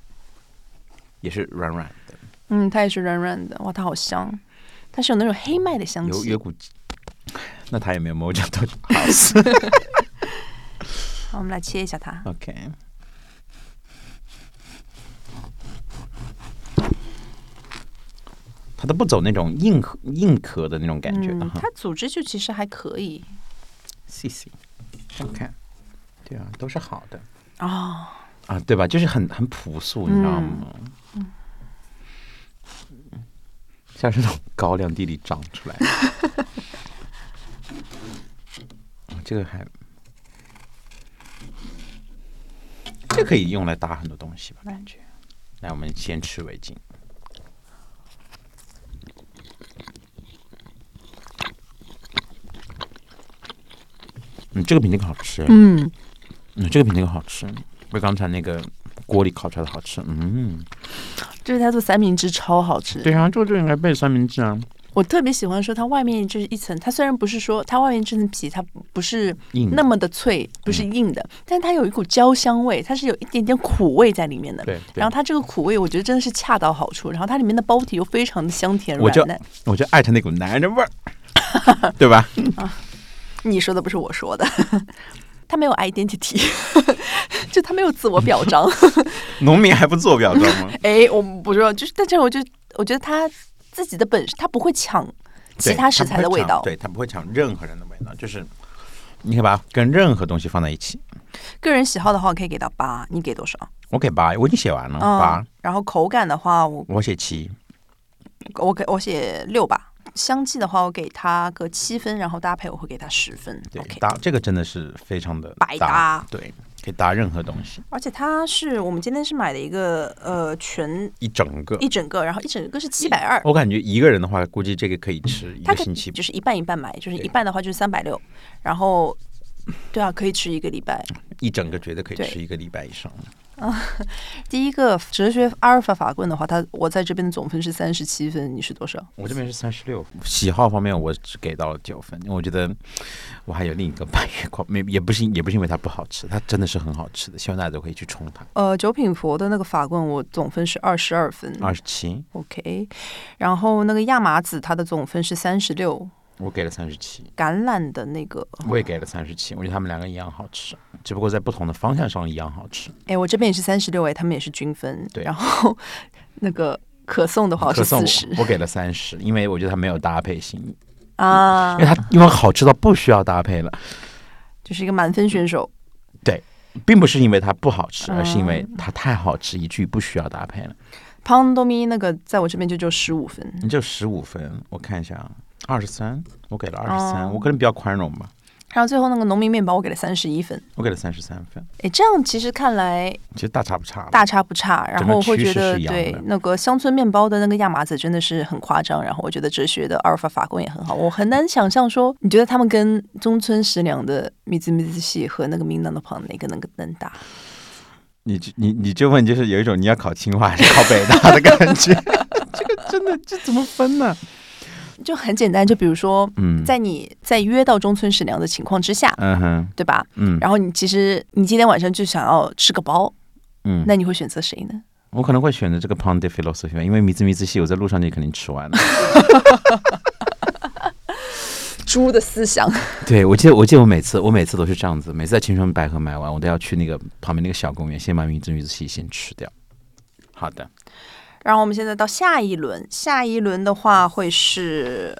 B: 也是软软的，
A: 嗯，它也是软软的，哇，它好香，它是有那种黑麦的香
B: 有
A: 气
B: 有。股。那它也没有 Mojo d o
A: 好，我们来切一下它。
B: OK，它都不走那种硬核硬壳的那种感觉啊的
A: 嗯，
B: 哈
A: 它。组织就其实还可以，
B: 谢谢。OK，对啊，都是好的
A: 哦，
B: 啊，对吧？就是很很朴素，你知道吗？嗯像是从高粱地里长出来的。 哦这个还，这可以用来搭很多东西吧？感觉。来，我们先吃为敬。嗯，这个比那个好吃。
A: 嗯，
B: 嗯，这个比那个好吃，比刚才那个锅里烤出来的好吃。嗯，
A: 就是它做三明治超好吃。
B: 对啊，这个就应该配三明治啊。
A: 我特别喜欢说它外面就是一层，它虽然不是说它外面这层皮它不不是
B: 硬
A: 那么的
B: 嗯
A: 脆，不是硬的，但它有一股焦香味，它是有一点点苦味在里面的。
B: 对对
A: 然后它这个苦味，我觉得真的是恰到好处。然后它里面的包体又非常的香甜
B: 我就
A: 软嫩。
B: 我就爱他那股男人味儿， 对吧？
A: 你说的不是我说的， 它没有 identity，就它没有自我表彰。
B: 农民还不做表彰吗？
A: 哎，我不知道，就是但这我就我觉得它自己的本事，它不会抢其
B: 对
A: 他食材的味道。
B: 它不会抢对，它不会抢任何人的味道，就是你可以把它跟任何东西放在一起。
A: 个人喜好的话，我可以给到八，你给多少？
B: 我给八，我已经写完了八、
A: 嗯，然后口感的话，我
B: 我写七，
A: 我给我写六吧。香气的话，我给它个七分，然后搭配我会给它十分。
B: 对
A: OK，
B: 搭这个真的是非常的
A: 百搭
B: 对，可以搭任何东西，
A: 而且它是我们今天是买的一个呃全
B: 一整个。
A: 一整个，然后一整个是七百二，
B: 我感觉一个人的话，估计这个可以吃一
A: 它
B: 个
A: 可以
B: 星期，
A: 就是一半一半买，就是
B: 对
A: 一半的话就是三百六，然后对啊，可以吃一个礼拜。
B: 一整个绝对可以
A: 对
B: 吃一个礼拜以上。
A: 第一个哲学阿尔法法棍的话，它我在这边的总分是三十七分，你是多少？
B: 我这边是三十六，喜好方面我只给到九分，因为我觉得我还有另一个白月光，没也不是也不是因为它不好吃，它真的是很好吃的，希望大家都可以去冲它。
A: 呃，九品佛的那个法棍，我总分是二十二分。
B: 二十七，
A: OK，然后那个亚麻籽它的总分是三十六，
B: 我给了三十七，
A: 橄榄的那个，
B: 我也给了三十七，我觉得它们两个一样好吃，只不过在不同的方向上一样好吃。
A: 哎，我这边也是三十六，哎，他们也是均分。
B: 对
A: 然后那个可颂的话我
B: 可
A: 哦是
B: 颂
A: 四
B: 我
A: 十
B: 我给了三十，因为我觉得它没有搭配性，
A: 啊
B: 嗯因为，它因为好吃到不需要搭配了，
A: 就是一个满分选手。
B: 并不是因为它不好
A: 嗯
B: 吃，而是因为它太好吃，一句不需要搭配了。
A: 胖多咪那个在我这边就只有十五分，
B: 你就十五分，我看一下啊，二十三，我给了二十
A: 哦
B: 三，我可能比较宽容吧，
A: 然后最后那个农民面包我给了三十一分。
B: 我给了三十三分，
A: 哎，这样其实看来
B: 其实大差不差了。
A: 大差不差，然
B: 整
A: 后
B: 个
A: 我会
B: 趋
A: 觉
B: 势
A: 得
B: 是一样
A: 对
B: 的
A: 那个乡村面包的那个亚麻籽真的是很夸张，然后我觉得哲学的阿尔法法棍也很好，我很难想象说你觉得他们跟中村食良的米兹米兹系和那个明朗的胖哪个能能打？
B: 你就你你这问就是有一种你要考清华还是考北大的感觉， 这个真的这怎么分呢？
A: 就很简单，就比如说
B: 嗯，
A: 在你在约到中村食良的情况之下，
B: 嗯哼，
A: 对吧？
B: 嗯
A: 然后你其实你今天晚上就想要吃个包，
B: 嗯，
A: 那你会选择谁呢？
B: 我可能会选择这个 p o n d e philosophy，因为米字米字系我在路上就肯定吃完了。
A: 猪的思想，
B: 对，我记得我记得我每次我每次都是这样子，每次在青春百合买完，我都要去那个旁边那个小公园，先把米字米字系先吃掉。好的，
A: 然后我们现在到下一轮，下一轮的话会是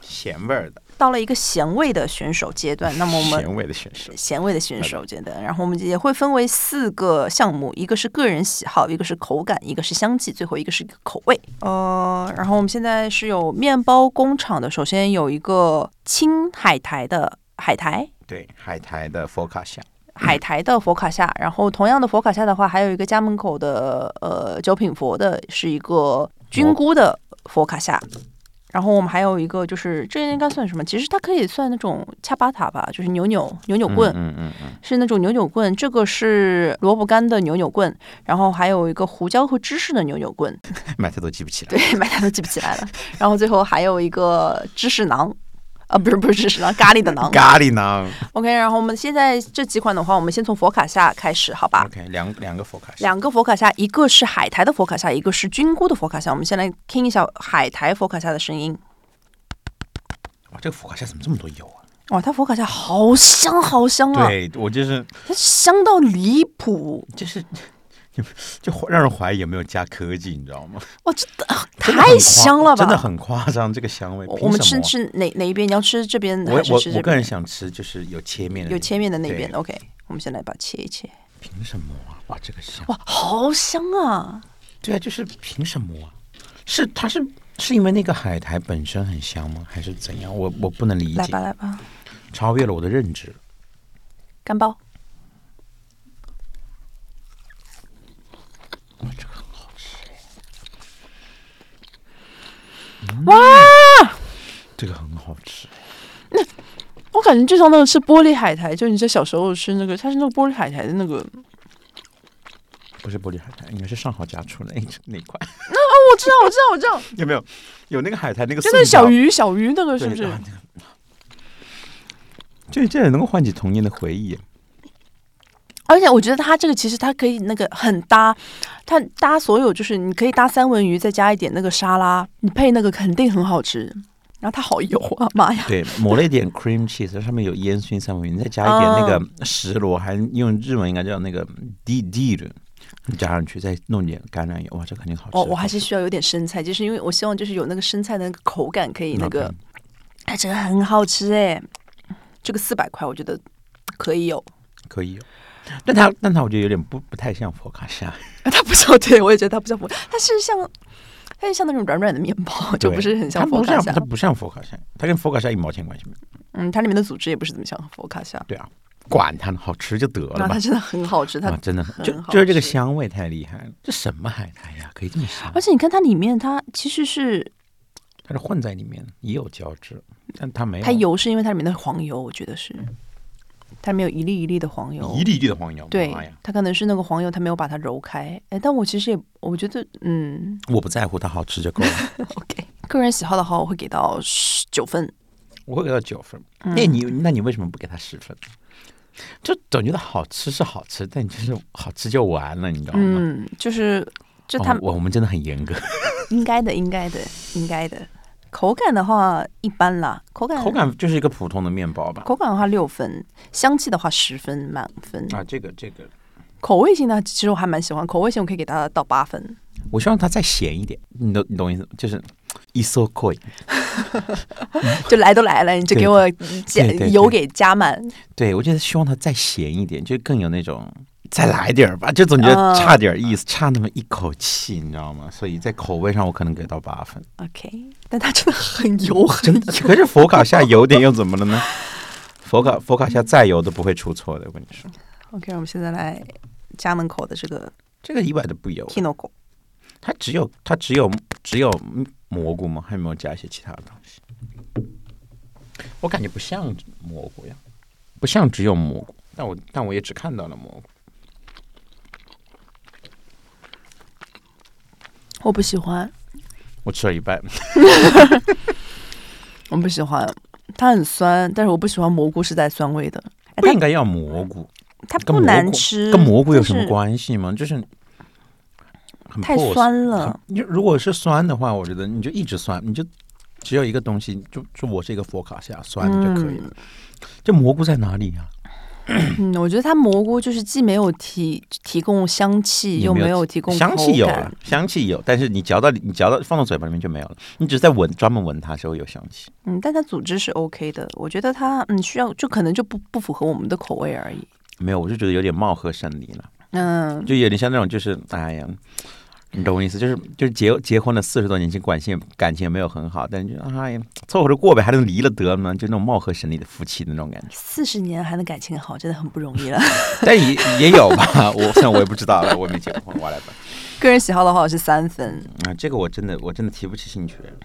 B: 咸味儿的，
A: 到了一个咸味的选手阶段，那么我们
B: 咸味的选手，
A: 咸味的选手，我觉得。然后我们也会分为四个项目，一个是个人喜好，一个是口感，一个是香气，最后一个是一个口味。
B: 嗯
A: 呃，然后我们现在是有面包工厂的，首先有一个青海苔的海苔。
B: 对，海苔的佛卡夏，
A: 海苔的佛卡夏，然后同样的佛卡夏的话，还有一个家门口的呃九品佛的是一个菌菇的佛卡夏，然后我们还有一个就是这应该算什么？其实它可以算那种恰巴塔吧，就是扭扭扭扭棍，
B: 嗯嗯嗯，
A: 是那种牛扭棍，这个是萝卜干的牛扭棍，然后还有一个胡椒和芝士的牛扭棍，
B: 买菜都记不起来。
A: 对， 买单都记不起来了。然后最后还有一个芝士馕，啊，不是不是芝士馕，咖喱的馕。
B: 咖喱馕
A: OK，然后我们现在这几款的话，我们先从佛卡夏开始，好吧？
B: ，OK，两两个佛卡夏，
A: 两个佛卡夏，一个是海苔的佛卡夏，一个是菌菇的佛卡夏。我们先来听一下海苔佛卡夏的声音。
B: 哇，这个佛卡夏怎么这么多油啊？
A: 哇，它佛卡夏好香好香啊！
B: 对我就是
A: 它香到离谱！
B: 就是 就让人怀疑有没有加科技，你知道吗？
A: 哇，这啊
B: 真的很
A: 太
B: 夸
A: 香了吧！
B: 真的很夸张，这个香味。
A: 我
B: 凭
A: 我们
B: 什
A: 吃
B: 么
A: 吃哪哪一边？你要吃这边
B: 我
A: 还是
B: 我
A: 吃
B: 我
A: 这
B: 个人
A: 边？
B: 想吃就是有切面的，
A: 有切面的那边。
B: 对
A: OK，我们先来把它切一切。
B: 凭什么啊？哇，这个香！
A: 哇，好香啊！
B: 对啊，就是凭什么啊？是它是是因为那个海苔本身很香吗？还是怎样？我我不能理
A: 来
B: 解
A: 吧，来吧，
B: 超越了我的认知。
A: 干包。
B: 这个很好吃，
A: 我感觉就像那个吃玻璃海苔，就你在小时候吃那个，它是那个玻璃海苔的那 个。哦
B: 不是玻璃海苔，应该是上好佳出那一那一款。
A: 我我知道，我知道，我知道，
B: 有没有？有那个海苔那个
A: 就
B: 素
A: 那小
B: 饺
A: 鱼，小鱼那个是不
B: 对
A: 是？
B: 啊那个这这也能够唤起童年的回忆，
A: 而且我觉得它这个其实它可以那个很搭，它搭所有就是你可以搭三文鱼，再加一点那个沙拉，你配那个肯定很好吃。然后它好油啊，妈呀！
B: 对，抹了一点 cream cheese，上面有烟熏三文鱼，你再加一点那
A: 嗯
B: 个石螺，还用日文应该叫那个 d d 的，你加上去，再弄点橄榄油，哇，这肯定好吃。
A: 哦，我还是需要有点生菜，就是因为我希望就是有那个生菜的那个口感可以那个
B: OK，
A: 哎，这个很好吃哎，这个四百块我觉得可以 有。
B: 可以、哦。但它但它我觉得有点不不太像佛卡夏，
A: 啊它不像，对我也觉得它不像佛，它是像，它是像那种软软的面包， 就
B: 对
A: 不是很像
B: 它
A: 佛
B: 不
A: 卡
B: 像
A: 夏
B: 它。不像佛卡夏，它跟佛卡夏一毛钱关系没有。
A: 嗯，它里面的组织也不是怎么像佛卡夏。
B: 对啊，管它呢，好吃就得了
A: 那
B: 吧
A: 它。真的很好吃，它
B: 啊，真的
A: 很
B: 就
A: 好
B: 就是这个
A: 吃
B: 香味太厉害了，这什么海苔呀、可以这么香
A: 而？且你看它里面，它其实是
B: 它是混在里面，也有胶质，但它没有。
A: 它油是因为它里面的黄油，我觉得是它里面有一粒一粒的黄油。
B: 嗯一粒一粒的黄油，
A: 对
B: 妈呀，！
A: 它可能是那个黄油，它没有把它揉开。哎，但我其实也，我觉得，嗯
B: 我不在乎它好吃就够了，
A: ，OK，个人喜好的话，我会给到十九分。
B: 我会给到九分。
A: 嗯
B: 那、你那你为什么不给它十分？就总觉得好吃是好吃，但就是好吃就完了，你知道吗？
A: 嗯，就是就
B: 哦
A: 它
B: 我我们真的很严格，
A: 应该的，应该的，应该的。口感的话一般啦，口感
B: 口感就是一个普通的面包吧。
A: 口感的话六分，香气的话十分满分。
B: 啊，这个这个，
A: 口味性呢，其实我还蛮喜欢，口味性我可以给它到八分。
B: 我希望它再咸一点，你懂你懂意思吗？就是一缩扣，
A: 就来都来了，你就
B: 对
A: 给我加
B: 对对对
A: 油给加满。
B: 对我觉得希望它再咸一点，就更有那种再来点儿吧，就总觉得
A: 嗯
B: 差点儿意思，差那么一口气，你知道吗？所以在口味上我可能给到八分。
A: OK，但它真的很油，很油。
B: 可是佛卡夏有点又怎么了呢？佛卡佛卡夏再油都不会出错的，我跟你说，
A: OK，我们现在来家门口的这个
B: 这个意外的不油。
A: Kinoko，
B: 它只有它只有只有蘑菇吗？还有没有加一些其他的东西？我感觉不像蘑菇呀，不像只有蘑菇，但我但我也只看到了蘑菇。
A: 我不喜欢，
B: 我吃了一半，
A: 哎我不喜欢，它很酸，但是我不喜欢蘑菇是带酸味的。哎
B: 不应该要蘑菇，
A: 它它
B: 跟
A: 不
B: 蘑
A: 难
B: 菇
A: 吃，
B: 跟蘑菇有
A: 嗯但
B: 什么
A: 是
B: 关系吗？就是很
A: 太
B: pose
A: 酸 了。
B: 你如果是酸的话，我觉得你就一直酸，你就只有一个东西，就就我是一个佛卡夏酸的就可以了。这蘑菇在哪里啊？
A: 嗯，我觉得它蘑菇就是既没有提提供香气，
B: 也
A: 又
B: 没有
A: 没有提供
B: 香气
A: 口
B: 有啊
A: 感
B: 了，香气有，但是你嚼到你嚼到放到嘴巴里面就没有了，你只是在闻专门闻它的时候有香气。
A: 嗯，但它组织是 OK 的，我觉得它嗯需要就可能就不不符合我们的口味而已。
B: 没有，我就觉得有点貌合神离了，
A: 嗯，
B: 就有点像那种就是哎呀。你懂我意思，就是就是结结婚了四十多年，其实感情感情也没有很好，但是就哎呀，凑合着过呗，还能离了得吗？就那种貌合神离的夫妻的那种感 觉。
A: 四十年还能感情好，真的很不容易了。
B: 但也也有吧， 我虽然我也不知道了，我也没结婚，whatever。
A: 个人喜好的话，我是三分。
B: 啊，这个我真的我真的提不起兴趣来了。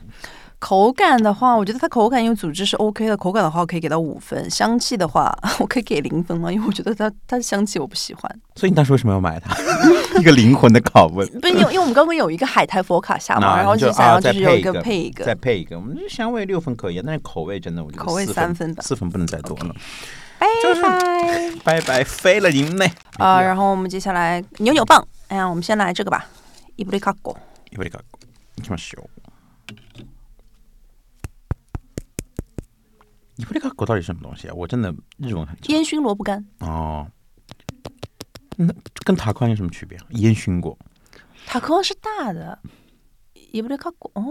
A: 口感的话，我觉得它口感因为组织是 OK 的，口感的话我可以给到五分。香气的话， 我可以给零分吗？因为我觉得它它的香气我不喜欢。
B: 所以你当时为什么要买它？ 一个灵魂的拷问。
A: 不是因为因为我们刚刚有一个海苔佛卡夏嘛，
B: 那
A: 然后
B: 你就
A: 想
B: 啊
A: 要就
B: 再
A: 是有
B: 配
A: 一
B: 一
A: 个
B: 个
A: 配一个，
B: 再配一个，我们这香味六分可以，但是口味真的我觉得
A: 口味
B: 四
A: 三分吧
B: 四分不能再多了，
A: 拜
B: 就是
A: 拜。
B: 拜拜飞了您嘞。
A: 啊、然后我们接下来扭扭棒，哎呀，我们先来这个吧，伊布利卡果。
B: いぶりがっこいきましょう。いぶりがっこ到底是什么东西啊？我真的日文很差
A: 烟熏萝卜干，
B: 哦。那跟塔宽有什么区别？啊烟熏过，
A: 塔克昂是大的，伊布利卡果哦，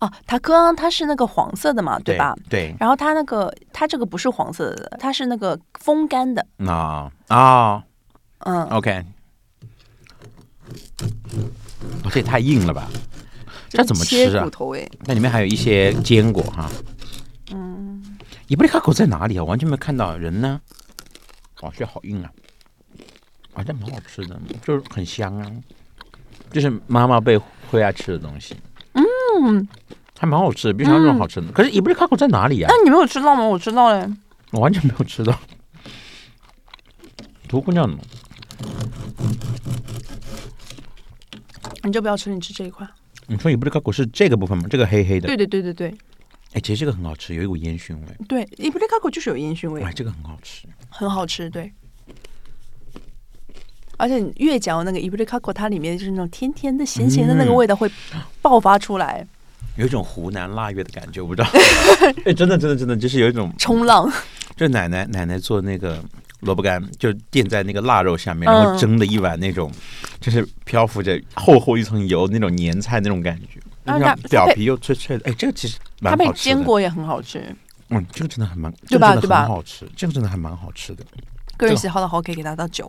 A: 哦、塔克昂它是那个黄色的嘛，对吧？？
B: 对，
A: 然后它那个它这个不是黄色的，它是那个风干的，
B: 那啊
A: 嗯，
B: ，OK。哦，这也太硬了吧？这怎么吃
A: 切
B: 啊
A: 骨？头哎，
B: 那里面还有一些坚果哈。嗯，伊布利卡口在哪里啊？完全没有看到人呢。哇，这好硬啊！啊，这蛮好吃的，就是很香啊，就是妈妈辈会爱吃的东西。嗯，还蛮好吃的，比想象中好吃的。可是伊布利卡口在哪里啊
A: 那？你没有吃到吗？我吃到嘞，
B: 我完全没有吃到。どこにあるの？
A: 你就不要吃，你吃这一块。
B: 你说也不是高果是这个部分吗？这个黑黑的，
A: 对对对对对
B: 哎，其实这个很好吃，有一股烟熏味，
A: 对，伊布利卡果就是有烟熏味
B: 哎，，这个很好吃。
A: 很好吃，对。而且你越嚼那个伊布利卡果，它里面就是那种甜甜的、咸咸的那个
B: 嗯
A: 味道会爆发出来，
B: 有一种湖南腊月的感觉，我不知道。 哎，真的，真的，真的，就是有一种，
A: 冲浪。
B: 就奶奶奶奶做那个萝卜干，就垫在那个腊肉下面，然后
A: 嗯
B: 蒸的一碗那种，就是漂浮着厚厚一层油那种年菜那种感觉，
A: 啊
B: 然后
A: 它
B: 表
A: 它配
B: 皮又脆脆的。哎，这个其实蛮
A: 它配
B: 好吃
A: 坚
B: 的。
A: 果也很好吃，
B: 嗯，这个真的很蛮，
A: 对吧
B: 这个
A: 对
B: 真的
A: 吧
B: 很好吃，这个真的还蛮好吃的，
A: 个
B: 这
A: 人
B: 个
A: 喜好的话，我可以给它到九。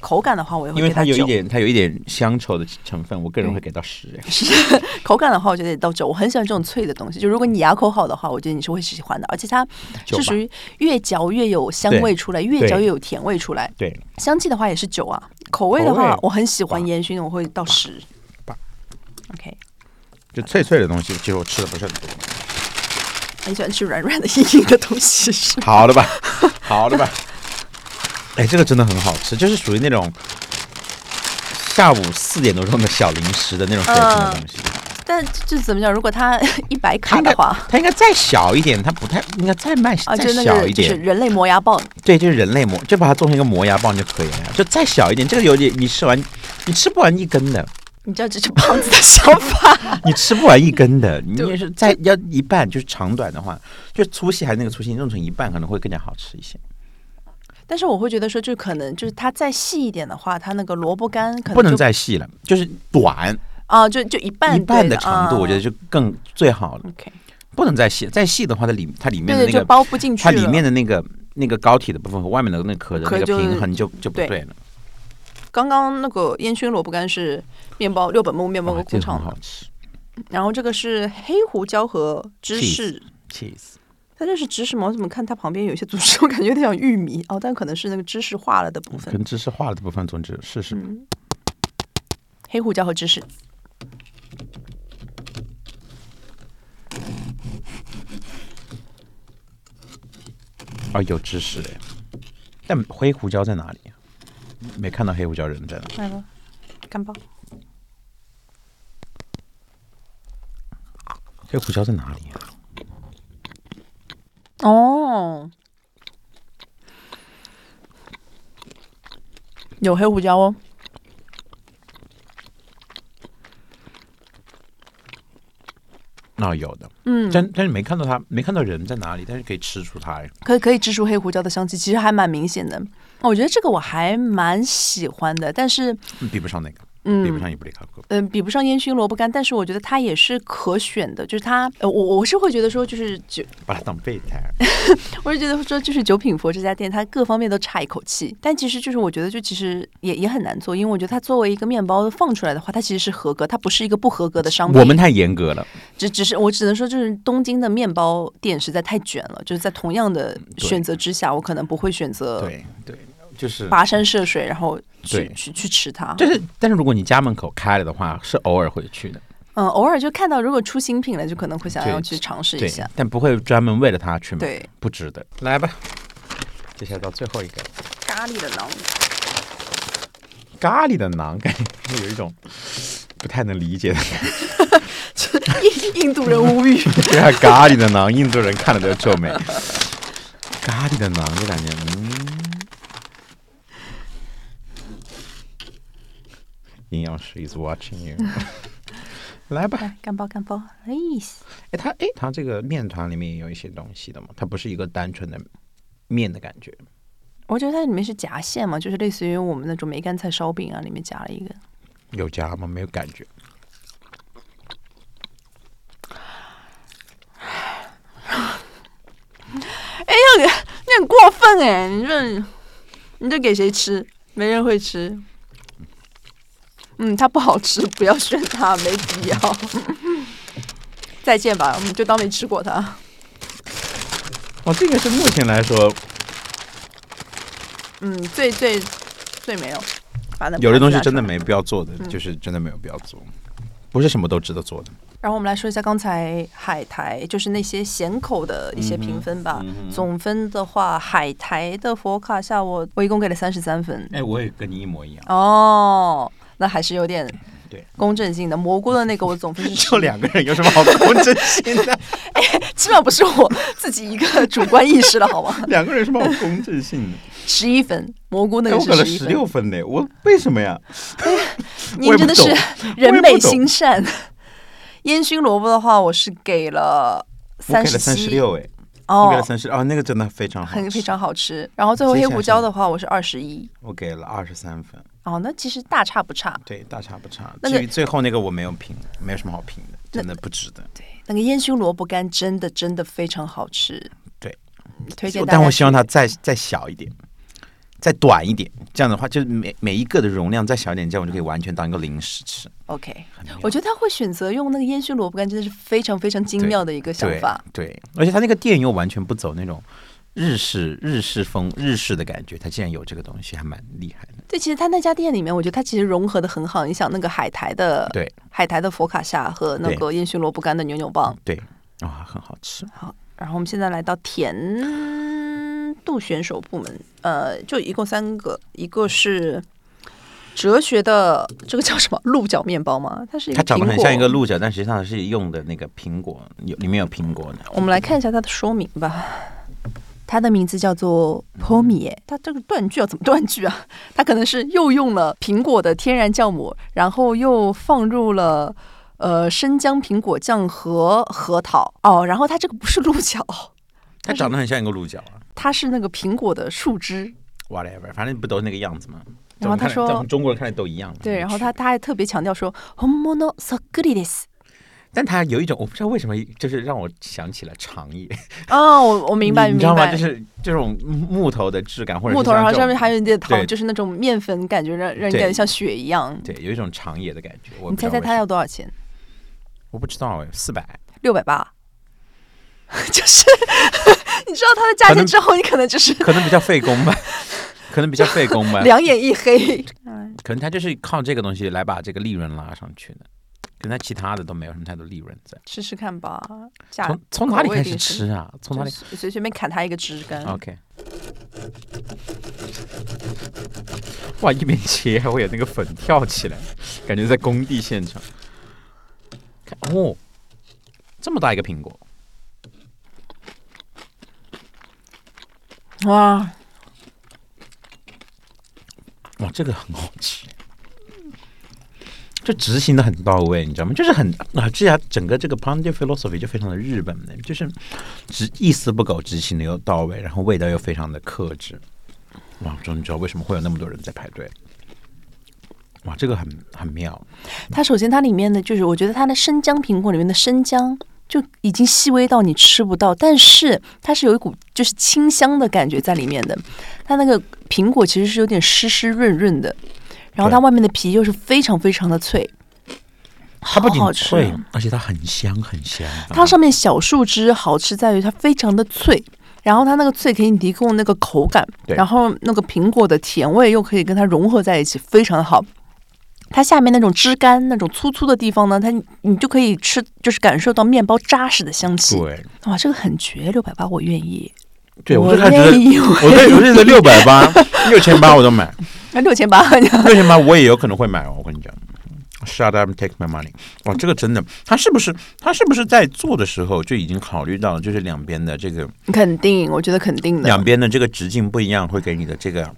A: 口感的话，我也会
B: 因为
A: 给
B: 它有一
A: 九。
B: 点它有一点乡愁的成分，我个人会给到十。哎
A: 口感的话，我觉得也到九。我很喜欢这种脆的东西，就如果你牙口好的话，我觉得你是会喜欢的。而且它
B: 九
A: 是
B: 吧
A: 属于越嚼越有香味出来，越嚼越有甜味出来。
B: 对，
A: 香气的话也是九啊，口味的
B: 口
A: 话
B: 味
A: 我很喜欢
B: 八
A: 烟熏的，我会到十
B: 八。
A: OK，
B: 就脆脆的东西，其实我吃的不是很多。
A: 很喜欢吃软软的、硬硬的东西， 是吧
B: 好的吧，好的吧。哎，这个真的很好吃，就是属于那种下午四点多钟的小零食的
A: 嗯
B: 那种水平的东西。
A: 但这怎么讲？如果它 一百
B: 它
A: 卡
B: 应
A: 的
B: 该
A: 话，
B: 它应该再小一点，它不太应该再卖
A: 啊，
B: 再
A: 就那
B: 小
A: 个
B: 一
A: 就是
B: 点。
A: 人类磨牙棒，
B: 对，就是人类磨，就把它做成一个磨牙棒就可以了呀，就再小一点。这个有点，你吃完你吃不完一根的，
A: 你知道这是胖子的想法。
B: 你吃不完一根 的，你
A: 对
B: 也是再要一半，就是长短的话，就粗细还是那个粗细，你弄成一半可能会更加好吃一些。
A: 但是我会觉得说，就可能就是它再细一点的话，它那个萝卜干可
B: 不
A: 能
B: 能
A: 就
B: 再细了，就是短
A: 啊，就就一半
B: 一半
A: 对
B: 的长度，我觉得
A: 啊
B: 就更最好了。
A: OK，
B: 不能再细，再细的话，它里它里面
A: 对对，
B: 的那
A: 就
B: 个
A: 包不进去
B: 它
A: 了。
B: 里面的那个那个膏体的部分和外面的那个壳的
A: 壳
B: 那个
A: 就
B: 平衡就就不
A: 对
B: 对了。
A: 刚刚那个烟熏萝卜干是面包六本木面包
B: 哇
A: 工
B: 啊这个
A: 厂
B: 很
A: 的
B: 好，吃
A: 然后这个是黑胡椒和芝士。
B: ，cheese
A: 它这是芝士吗？我怎么看它旁边有一些组织，我感觉有点像玉米哦，但可能是那个芝士化了的部分。
B: 跟芝士化了的部分，总之试试。
A: 嗯，黑胡椒和芝士。
B: 啊，有芝士哎，但黑胡椒在哪里啊？没看到黑胡椒人在哪？
A: 来吧，干吧。
B: 黑胡椒在哪里啊？
A: 哦，有黑胡椒哦。
B: 那、有的，
A: 嗯，
B: 但但是没看到它，没看到人在哪里，但是可以吃出它哎。
A: 可以可以吃出黑胡椒的香气，其实还蛮明显的。哦我觉得这个我还蛮喜欢的，但是
B: 嗯比不上那个，比不
A: 嗯
B: 上伊布里卡哥。
A: 嗯、比不上烟熏萝卜干，但是我觉得它也是可选的，就是它呃我我是会觉得说就是酒，
B: 把它当备胎，
A: 我是觉得说就是九品佛这家店它各方面都差一口气，但其实就是我觉得就其实也也很难做，因为我觉得它作为一个面包放出来的话，它其实是合格，它不是一个不合格的商品。
B: 我们太严格了。
A: 只只是我只能说，就是东京的面包店实在太卷了，就是在同样的
B: 嗯对
A: 选择之下，我可能不会选择
B: 对对，就是
A: 跋山涉水，然后去
B: 对
A: 去去吃它。
B: 就是，但是如果你家门口开了的话，是偶尔会去的，
A: 嗯，偶尔就看到如果出新品了，就可能会想
B: 对
A: 要去尝试一
B: 对
A: 下。，
B: 但不会专门为了它去买，
A: 对，
B: 不值得。来吧，接下来到最后一个
A: 咖喱的馕，
B: 咖喱的馕，感觉有一种不太能理解的，
A: 印印度人无语。
B: 对啊， 咖喱的馕，印度人看了都要皱眉。咖喱的馕就感觉，嗯，营养师 is watching you 。 来吧，
A: 来，干包干包，哎，
B: 哎，它哎，它这个面团里面也有一些东西的嘛，它不是一个单纯的面的感觉。
A: 我觉得它里面是夹馅嘛，就是类似于我们那种梅干菜烧饼啊，里面夹了一个。
B: 有加吗？没有感觉。
A: 哎你很过分哎、你这你这给谁吃？没人会吃。嗯，它不好吃，不要选它，没必要。再见吧，我们就当没吃过它。
B: 哦，这个是目前来说
A: 嗯，最最最没有。把它
B: 有的
A: 盘
B: 东
A: 子
B: 西
A: 拿
B: 真的
A: 出来。
B: 没必要做的，
A: 嗯
B: 就是真的没有必要做，不是什么都值得做的。
A: 然后我们来说一下刚才海苔，就是那些咸口的一些评分
B: 嗯
A: 吧。总分的话，海苔的佛卡夏我我一共给了三十三分。
B: 哎，我也跟你一模一样。
A: 哦，那还是有点
B: 对，
A: 公正性的蘑菇的那个，我总分是
B: 就
A: 十
B: 两个人有什么好公正性 的？
A: 起码不是我自己一个主观意识了，好吗？
B: 两个人有什么好公正性的？
A: 十一分，蘑菇那
B: 哎
A: 个
B: 我给了
A: 是一
B: 十
A: 分，
B: 六分呢，我为什么呀？
A: 您真的
B: 我
A: 是
B: 也
A: 人美心善。烟熏萝卜的话，我是给了
B: 我
A: 三
B: 给
A: 十
B: 了三十
A: 七，
B: 六哎，我给了
A: 哦，
B: 三十哦，那个真的非常好吃，
A: 很非常好吃。然后最后黑胡椒的话，我是二十一，
B: 我给了二十三分，
A: 哦，那其实大差不差。
B: 对，大差不差。
A: 那个
B: 至于最后那个我没有评，没有什么好评的，真的不值得。
A: 那个烟熏萝卜干真的真的非常好吃，
B: 对，
A: 推荐大家。
B: 但我希望它再再小一点，再短一点，这样的话，就是每每一个的容量再小一点，这样我就可以完全当一个零食吃。
A: OK，
B: 很妙
A: 我觉得他会选择用那个烟熏萝卜干，真的是非常非常精妙的一个想
B: 对
A: 法。
B: 对，而且它那个店又完全不走那种日式日式风日式的感觉，它竟然有这个东西，还蛮厉害的。
A: 对，其实他那家店里面，我觉得他其实融合的很好。你想那个海苔的
B: 对
A: 海苔的佛卡夏和那个烟熏萝卜干的牛牛棒。
B: 对，啊、很好吃。
A: 然后我们现在来到甜度选手部门，呃，就一共三个，一个是哲学的这个叫什么鹿角面包吗？它是一
B: 它
A: 个
B: 长得
A: 苹
B: 很
A: 果
B: 像一个鹿角，但实际上是用的那个苹果，有里面有苹果的。
A: 我们来看一下它的说明吧。它的名字叫做 Pomie，它这个断句要怎么断句啊？它可能是又用了苹果的天然酵母，然后又放入了呃生姜、苹果酱和核桃哦，然后它这个不是鹿角，
B: 它长得很像一个鹿角啊
A: 它是那个苹果的树枝。
B: ，whatever，反正不都那个样子吗？
A: 然后
B: 在我们看
A: 他
B: 嗯来
A: 说
B: 在我们中国人看来都一样嘛。
A: 对，
B: 没
A: 然后
B: 区
A: 他
B: 别，
A: 他还特别强调说 “homono s o g r i d e s
B: 但它有一种我不知道为什么，就是让我想起了长叶，
A: 哦，我我明白
B: 你
A: 明
B: 知道吗？
A: 白，
B: 就是这种木头的质感，或者
A: 木
B: 是
A: 头，然
B: 像
A: 后
B: 这
A: 上
B: 种
A: 面还有一点糖，
B: 对
A: 就是那种面粉，感觉让让人
B: 对
A: 感觉像雪一样。
B: 对，有一种长野的感觉。我
A: 你
B: 不
A: 猜
B: 知道
A: 猜
B: 为
A: 它
B: 什
A: 要
B: 么
A: 多少钱？
B: 我不知道哎，四百，
A: 六百八， 就是 你知道它的价
B: 可
A: 钱
B: 能
A: 之后，你可能就是，
B: 可能比较费工吧， 可能比较费工吧
A: 两眼一黑。
B: 可能他就是靠这个东西来把这个利润拉上去的，可能他其他的都没有什么太多利润在。
A: 试试看吧，价
B: 从从哪里
A: 口味
B: 开
A: 定
B: 始
A: 是
B: 吃啊？从哪里啊
A: 就随随便砍它一个枝干。
B: ？OK。哇，一边切还会有那个粉跳起来，感觉在工地现场。看哦，这么大一个苹果，
A: 哇，
B: 哇，这个很好吃。这执行的很到位，你知道吗？就是很啊，这下整个这个 p a n d e philosophy 就非常的日本的，就是执一丝不苟，执行的又到位，然后味道又非常的克制。哇，我终于知道为什么会有那么多人在排队。哇，这个很很妙，
A: 它首先它里面的就是，我觉得它的生姜苹果里面的生姜。就已经细微到你吃不到，但是它是有一股就是清香的感觉在里面的。它那个苹果其实是有点湿湿润润的，然后它
B: 对
A: 外面的皮又是非常非常的脆，
B: 它不仅
A: 好好吃
B: 脆
A: 啊，
B: 而且它很香很香。啊
A: 它上面小树枝好吃在于它非常的脆，然后它那个脆给你提供那个口感，
B: 对
A: 然后那个苹果的甜味又可以跟它融合在一起，非常的好。它下面那种枝干、那种粗粗的地方呢，它你就可以吃，就是感受到面包扎实的香气。
B: 对
A: 哇，这个很绝，六百八我愿意，
B: 对，我
A: 我
B: 就开始觉
A: 愿
B: 得，
A: 意，
B: 我对我就觉得六百八、六千八我都买，
A: 那六千八，
B: 六千八我也有可能会买哦，我跟你讲。Shut up, and take my money！哇，这个真的，他是不是他是不是在做的时候就已经考虑到，就是两边的这个
A: 肯定，我觉得肯定的。
B: 两边的这个直径不一样，会给你的这个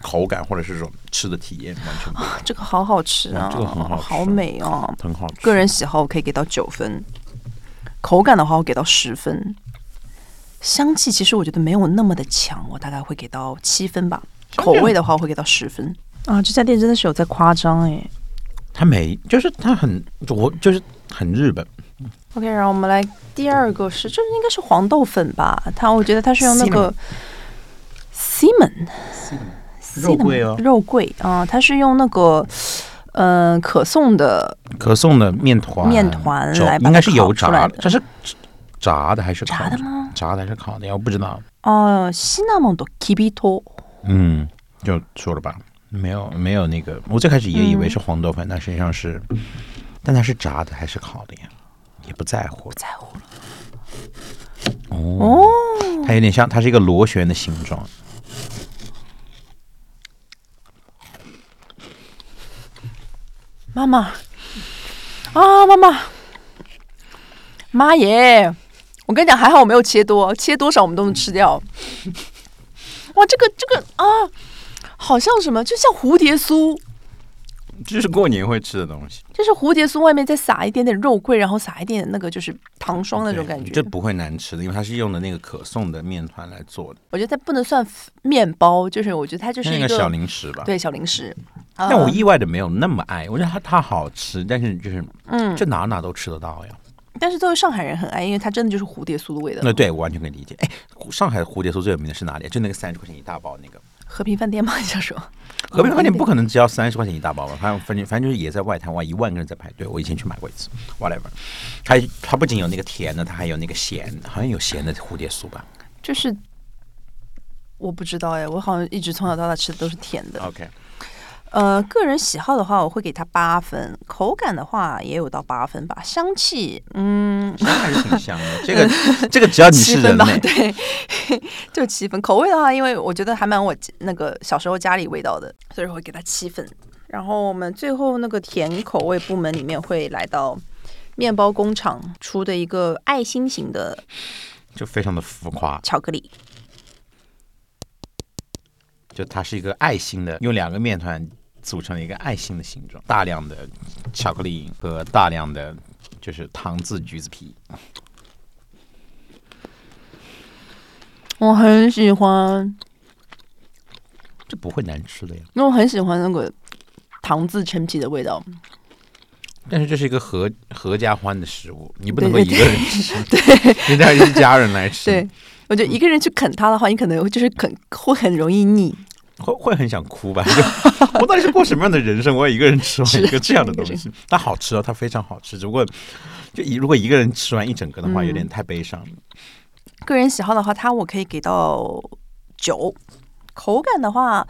B: 口感或者是这种吃的体验完全不一样，
A: 这个好好吃啊，
B: 哇这个很好吃
A: 好美哦。
B: 很好吃。
A: 个人喜好我可以给到九分，口感的话我给到十分，香气其实我觉得没有那么的强，我大概会给到七分吧。
B: 香
A: 口
B: 料
A: 味的话我会给到十分。啊，这家店真的是有在夸张哎。
B: 他没，就是他很我就是很日本，
A: OK，然后我们来第二个是，这应该是黄豆粉吧？它我觉得它是用那个 s i m o n
B: 肉桂哦
A: 肉桂啊、它是用那个嗯、呃可颂的
B: 可颂的面团
A: 面团
B: 肘
A: 来把它
B: 应该是油
A: 烤出
B: 炸
A: 来
B: 的
A: 的，
B: 这是炸的还是
A: 炸
B: 烤
A: 的？吗？
B: 炸的还是烤的呀？我不知道。
A: 哦、西纳蒙多 kibito，
B: 嗯，就说了吧，没有没有那个，我最开始也以为是
A: 嗯
B: 黄豆粉，但实际上是，但它是炸的还是烤的呀？也不在乎
A: 不在乎了
B: 哦，
A: 哦。
B: 它有点像，它是一个螺旋的形状。
A: 妈妈，啊，妈妈，妈耶！我跟你讲，还好我没有切多，切多少我们都能吃 掉。哇，这个这个啊，好像什么，就像蝴蝶酥，
B: 这是过年会吃的东西，
A: 就是蝴蝶酥外面再撒一点点肉桂，然后撒一点那个就是糖霜那种
B: 对
A: 感觉
B: 这。不会难吃的，因为它是用的那个可颂的面团来做的，
A: 我觉得它不能算面包，就是我觉得它就是
B: 那
A: 一
B: 个小零食吧。
A: 对小零食。
B: 但我
A: 呃
B: 意外的没有那么爱，我觉得它它好吃，但是就是
A: 嗯，
B: 这哪哪都吃得到呀。
A: 但是作为上海人很爱，因为它真的就是蝴蝶酥的味道。
B: 那对我完全可以理解。哎，上海蝴蝶酥最有名的是哪里？啊就那个三十块钱一大包那个。
A: 和平饭店吗？你想说？
B: 和平饭店不可能只要三十块钱一大包吧？它反正反正就是也在外滩外一万个人在排队。我以前去买过一次，whatever。它它不仅有那个甜的，它还有那个咸，的，好像有咸的蝴蝶酥吧
A: 就是我不知道哎，我好像一直从小到大吃的都是甜的。
B: ？OK，
A: 呃，个人喜好的话，我会给它八分；口感的话，也有到八分吧。香气，嗯，
B: 还是挺 香的。这个这个只要你
A: 七
B: 是
A: 分
B: 人
A: 吧，
B: 类，
A: 对， 就七分。口味的话，因为我觉得还蛮我那个小时候家里味道的，所以我会给它七分。然后我们最后那个甜口味部门里面会来到面包工厂出的一个爱心型的
B: 就非常的浮夸。
A: 巧克力，
B: 就它是一个爱心的，用两个面团组成了一个爱心的形状，大量的巧克力和大量的就是糖渍橘子皮。
A: 我很喜欢，
B: 这不会难吃的呀。
A: 因为我很喜欢那个糖渍陈皮的味道。
B: 嗯但是这是一个合合家欢的食物，你不能够
A: 对
B: 一
A: 对
B: 个 人吃，对，应该是一家人来吃，
A: 对，我觉得一个人去啃它的话，你可能就是啃会很容易腻。
B: 会会很想哭 吧？就我到底是过什么样的人生？我要一个人吃完一个这样的东西，它好吃哦，它非常好吃，只不过就一如果一个人吃完一整个的话，
A: 嗯
B: 有点太悲伤了。
A: 个人喜好的话，它我可以给到九。口感的话，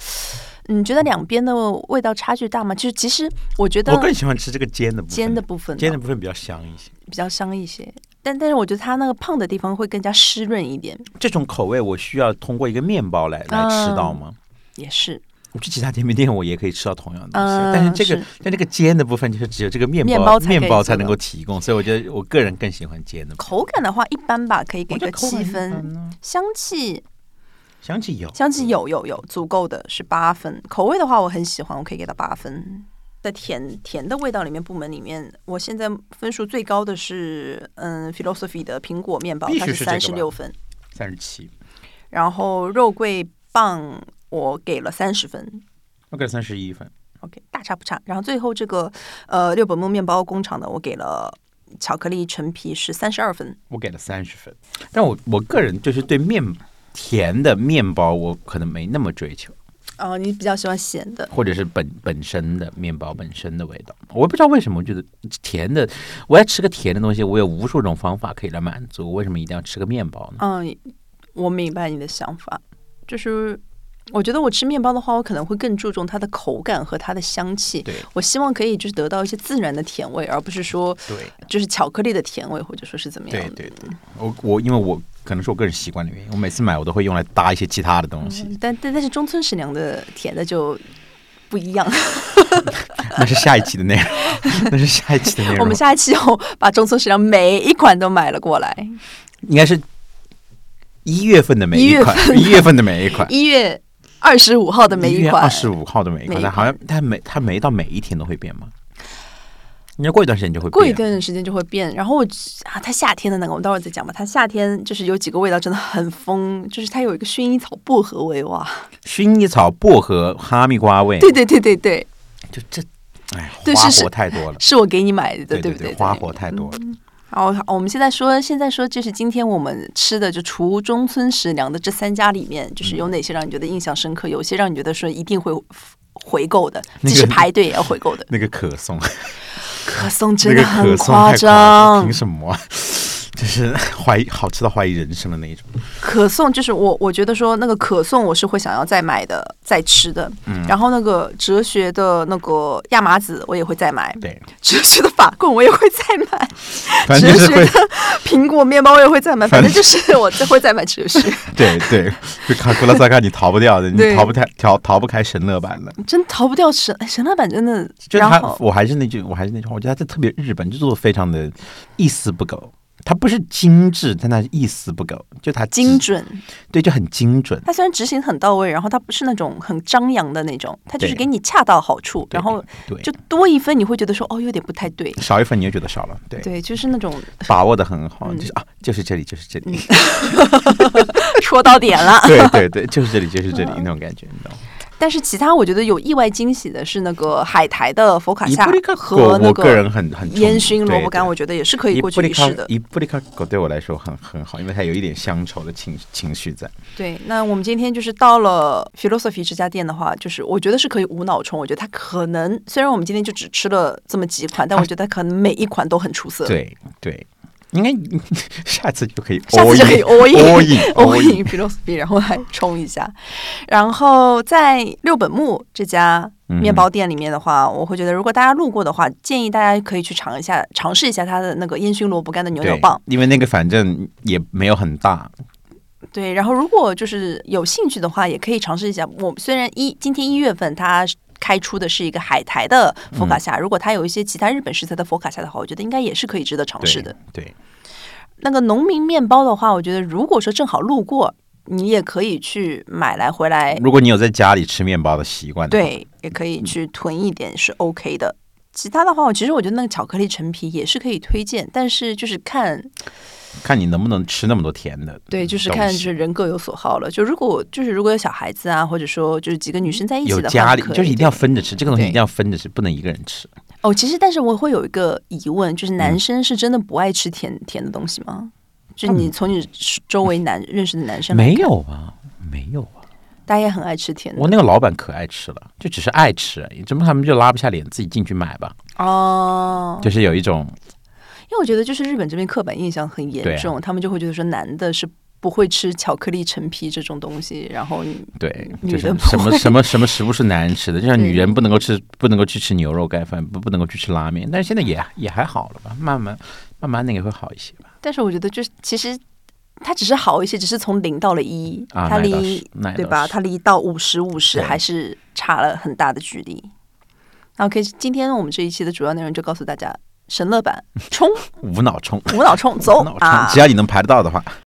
A: 嗯你觉得两边的味道差距大吗？就是其实我觉得
B: 我更喜欢吃这个煎的部分，
A: 煎的部分
B: 煎的
A: 呢
B: 部分比较香一些。
A: 比较香一些，但但是我觉得它那个胖的地方会更加湿润一点，
B: 这种口味我需要通过一个面包来来
A: 啊
B: 吃到吗？
A: 也是
B: 我去其他甜品店，我也可以吃到同样的东西，
A: 嗯
B: 但是这个
A: 是
B: 但这个煎的部分就是只有这个面包
A: 面包才可以
B: 面包才
A: 做到
B: 能够提供，所以我觉得我个人更喜欢煎的部分。
A: 口感的话一般吧，可以给
B: 我觉
A: 个
B: 得口
A: 七
B: 感一
A: 分。
B: 般呢，
A: 香气，
B: 香气有，
A: 香气有有有足够的是八分。口味的话，我很喜欢，我可以给到八分。在甜甜的味道里面，部门里面，我现在分数最高的是嗯，philosophy 的苹果面包，
B: 必须
A: 它是
B: 是这
A: 三
B: 个
A: 十
B: 吧
A: 六分。
B: 三十七，
A: 然后肉桂棒我给了三十分
B: 我给三十一分。
A: ，OK，大差不差。然后最后这个呃六本木面包工厂的我给了巧克力陈皮是三十二分，
B: 我给了三十分，但我我个人就是对面甜的面包，我可能没那么追求，
A: 哦，你比较喜欢咸的，
B: 或者是本本身的面包本身的味道，我也不知道为什么，我觉得甜的，我要吃个甜的东西，我有无数种方法可以来满足，我为什么一定要吃个面包呢？
A: 嗯，我明白你的想法，就是我觉得我吃面包的话，我可能会更注重它的口感和它的香气。
B: 对
A: 我希望可以就是得到一些自然的甜味，而不是说
B: 对
A: 就是巧克力的甜味，或者说是怎么样
B: 对
A: 的。
B: 对对，我我因为我可能是我个人习惯的原因，我每次买我都会用来搭一些其他的东西，
A: 嗯但但但是中村食娘的甜的就不一样。
B: 那是下一期的 内容，那是下一期的内容。
A: 我们下一期要把中村食堂每一款都买了过来。
B: 应该是一月份的每一款，一月份的每一款，
A: 一月二十五号的每一款，
B: 二十五号的每一
A: 每
B: 款，
A: 一
B: 但好像它每它每到每一天都会变吗？应该过一段时间就会变。
A: 过一段时间就会变。然后我啊，它夏天的那个，我们待会儿再讲吧。它夏天就是有几个味道真的很疯，就是它有一个薰衣草薄荷味哇！
B: 薰衣草、薄荷、哈密瓜味，
A: 对对对对对，
B: 就这，哎，
A: 对
B: 花
A: 是是
B: 活太多了，
A: 是我给你买的，
B: 对
A: 不
B: 对，
A: 对？
B: 花活太多了。
A: 好，好我们现在说，现在说就是今天我们吃的，就除中村食粮的这三家里面，就是
B: 嗯
A: 有哪些让你觉得印象深刻？有些让你觉得说一定会回购的，
B: 那
A: 即
B: 个
A: 使排队也要回购的。
B: 那个可颂，
A: 可颂
B: 那
A: 真
B: 个
A: 的
B: 可
A: 很
B: 颂太了
A: 张
B: 凭，什么啊？就是怀疑好吃到怀疑人生的那一种。
A: 可颂就是我，我觉得说那个可颂我是会想要再买的、再吃的。
B: 嗯
A: 然后那个哲学的那个亚麻籽我也会再买，
B: 对，
A: 哲学的法棍我也会再买，
B: 反正
A: 哲
B: 就是
A: 学
B: 会
A: 的苹果面包我也会再买，反正就是我会再买吃续，
B: 对对，就卡古拉萨卡你逃不掉的，你
A: 对
B: 逃不开逃逃不开神乐版的。
A: 真逃不掉神哎神老板真的。
B: 就
A: 然
B: 他
A: 后，
B: 我还是那句，我还是那句话，我觉得他特别日本，就做的非常的一丝不苟。他不是精致，但他是一丝不苟，就他
A: 精，准，
B: 对，就很精准。
A: 他虽然执行很到位，然后他不是那种很张扬的那种，他就是
B: 对
A: 给你恰到好处，
B: 对
A: 然后
B: 对，
A: 就多一分你会觉得说哦有点不太对，
B: 少一份你也觉得少了，对，
A: 对，就是那种
B: 把握的很好，
A: 嗯
B: 就是啊，就是这里，就是这里，
A: 戳到点了。
B: 对对对，就是这里，就是 这里那种感觉，你知道吗？
A: 但是其他我觉得有意外惊喜的是那个海苔的佛卡
B: 伊
A: 夏
B: 布利卡
A: 和
B: 狗，
A: 那
B: 我个人很很
A: 烟
B: 冲
A: 熏
B: 对
A: 萝卜干，
B: 对
A: 我觉得也是可以过去
B: 伊布利
A: 一
B: 卡
A: 试的。
B: 伊布利卡狗对我来说很很好，因为它有一点乡愁的情情绪在。
A: 对，那我们今天就是到了 Philosophy 这家店的话，就是我觉得是可以无脑冲。我觉得它可能虽然我们今天就只吃了这么几款，但我觉得它可能每一款都很出色。，
B: 对对，应该 下次就可以 all
A: 下次
B: in，
A: 就可以 all in
B: all in
A: all
B: all in
A: in Philosophy，然后来冲一下。然后在六本木这家面包店里面的话，我会觉得如果大家路过的话，建议大家可以去尝一下，尝试一下它的那个烟熏萝卜干的牛
B: 对
A: 角棒。
B: 因为那个反正也没有很大，
A: 对，然后如果就是有兴趣的话，也可以尝试一下。我虽然一今天一月份它开出的是一个海苔的佛卡夏，如果它有一些其他日本食材的佛卡夏的话，我觉得应该也是可以值得尝
B: 对
A: 试的。
B: 对，
A: 那个农民面包的话，我觉得如果说正好路过，你也可以去买来回来，
B: 如果你有在家里吃面包的习惯，，
A: 哎对，也可以
B: 嗯
A: 去囤一点是 OK 的。其他的话，我其实我觉得那个巧克力陈皮也是可以推荐，但是就是看
B: 看你能不能吃那么多甜的。嗯
A: 对，就是
B: 东
A: 看就
B: 西
A: 是人各有所好了。就如果就是如果有小孩子啊，或者说就是几个女生在一起
B: 有
A: 的话，
B: 家里
A: 可以
B: 就是一定要分着吃，这个东西
A: 对
B: 一定要分着吃，不能一个人吃。
A: 哦。其实，但是我会有一个疑问，就是
B: 嗯
A: 男生是真的不爱吃甜甜的东西吗？就你从你周围男认识的男生来
B: 没
A: 看，
B: 有啊，没有啊，
A: 大家也很爱吃甜的
B: 我那个老板可爱吃了，就只是爱吃而已，怎么他们就拉不下脸自己进去买吧？
A: 哦。
B: 就是有一种
A: 因为我觉得就是日本这边刻板印象很
B: 对
A: 严
B: 啊
A: 重，他们就会觉得说男的是不会吃巧克力陈皮这种东西，然后你
B: 对，
A: 女
B: 就
A: 人不
B: 是什么
A: 会
B: 什么什么食物是男人吃的，就像
A: 对
B: 女人不能够吃不能够去吃牛肉盖饭，不不能够去吃拉面，但是现在也也还好了吧，慢慢慢慢那个会好一些吧。
A: 但是我觉得就是其实它只是好一些，只是从零到了一、
B: 啊，
A: 它
B: 那倒
A: 离
B: 是，那倒
A: 对吧？
B: 是
A: 它离到五十五十
B: 对
A: 还是差了很大的距离。OK，今天我们这一期的主要内容就告诉大家，神乐版冲
B: 无脑冲，
A: 无脑冲走
B: 无脑冲，
A: 啊
B: 只！要你能排得到的话，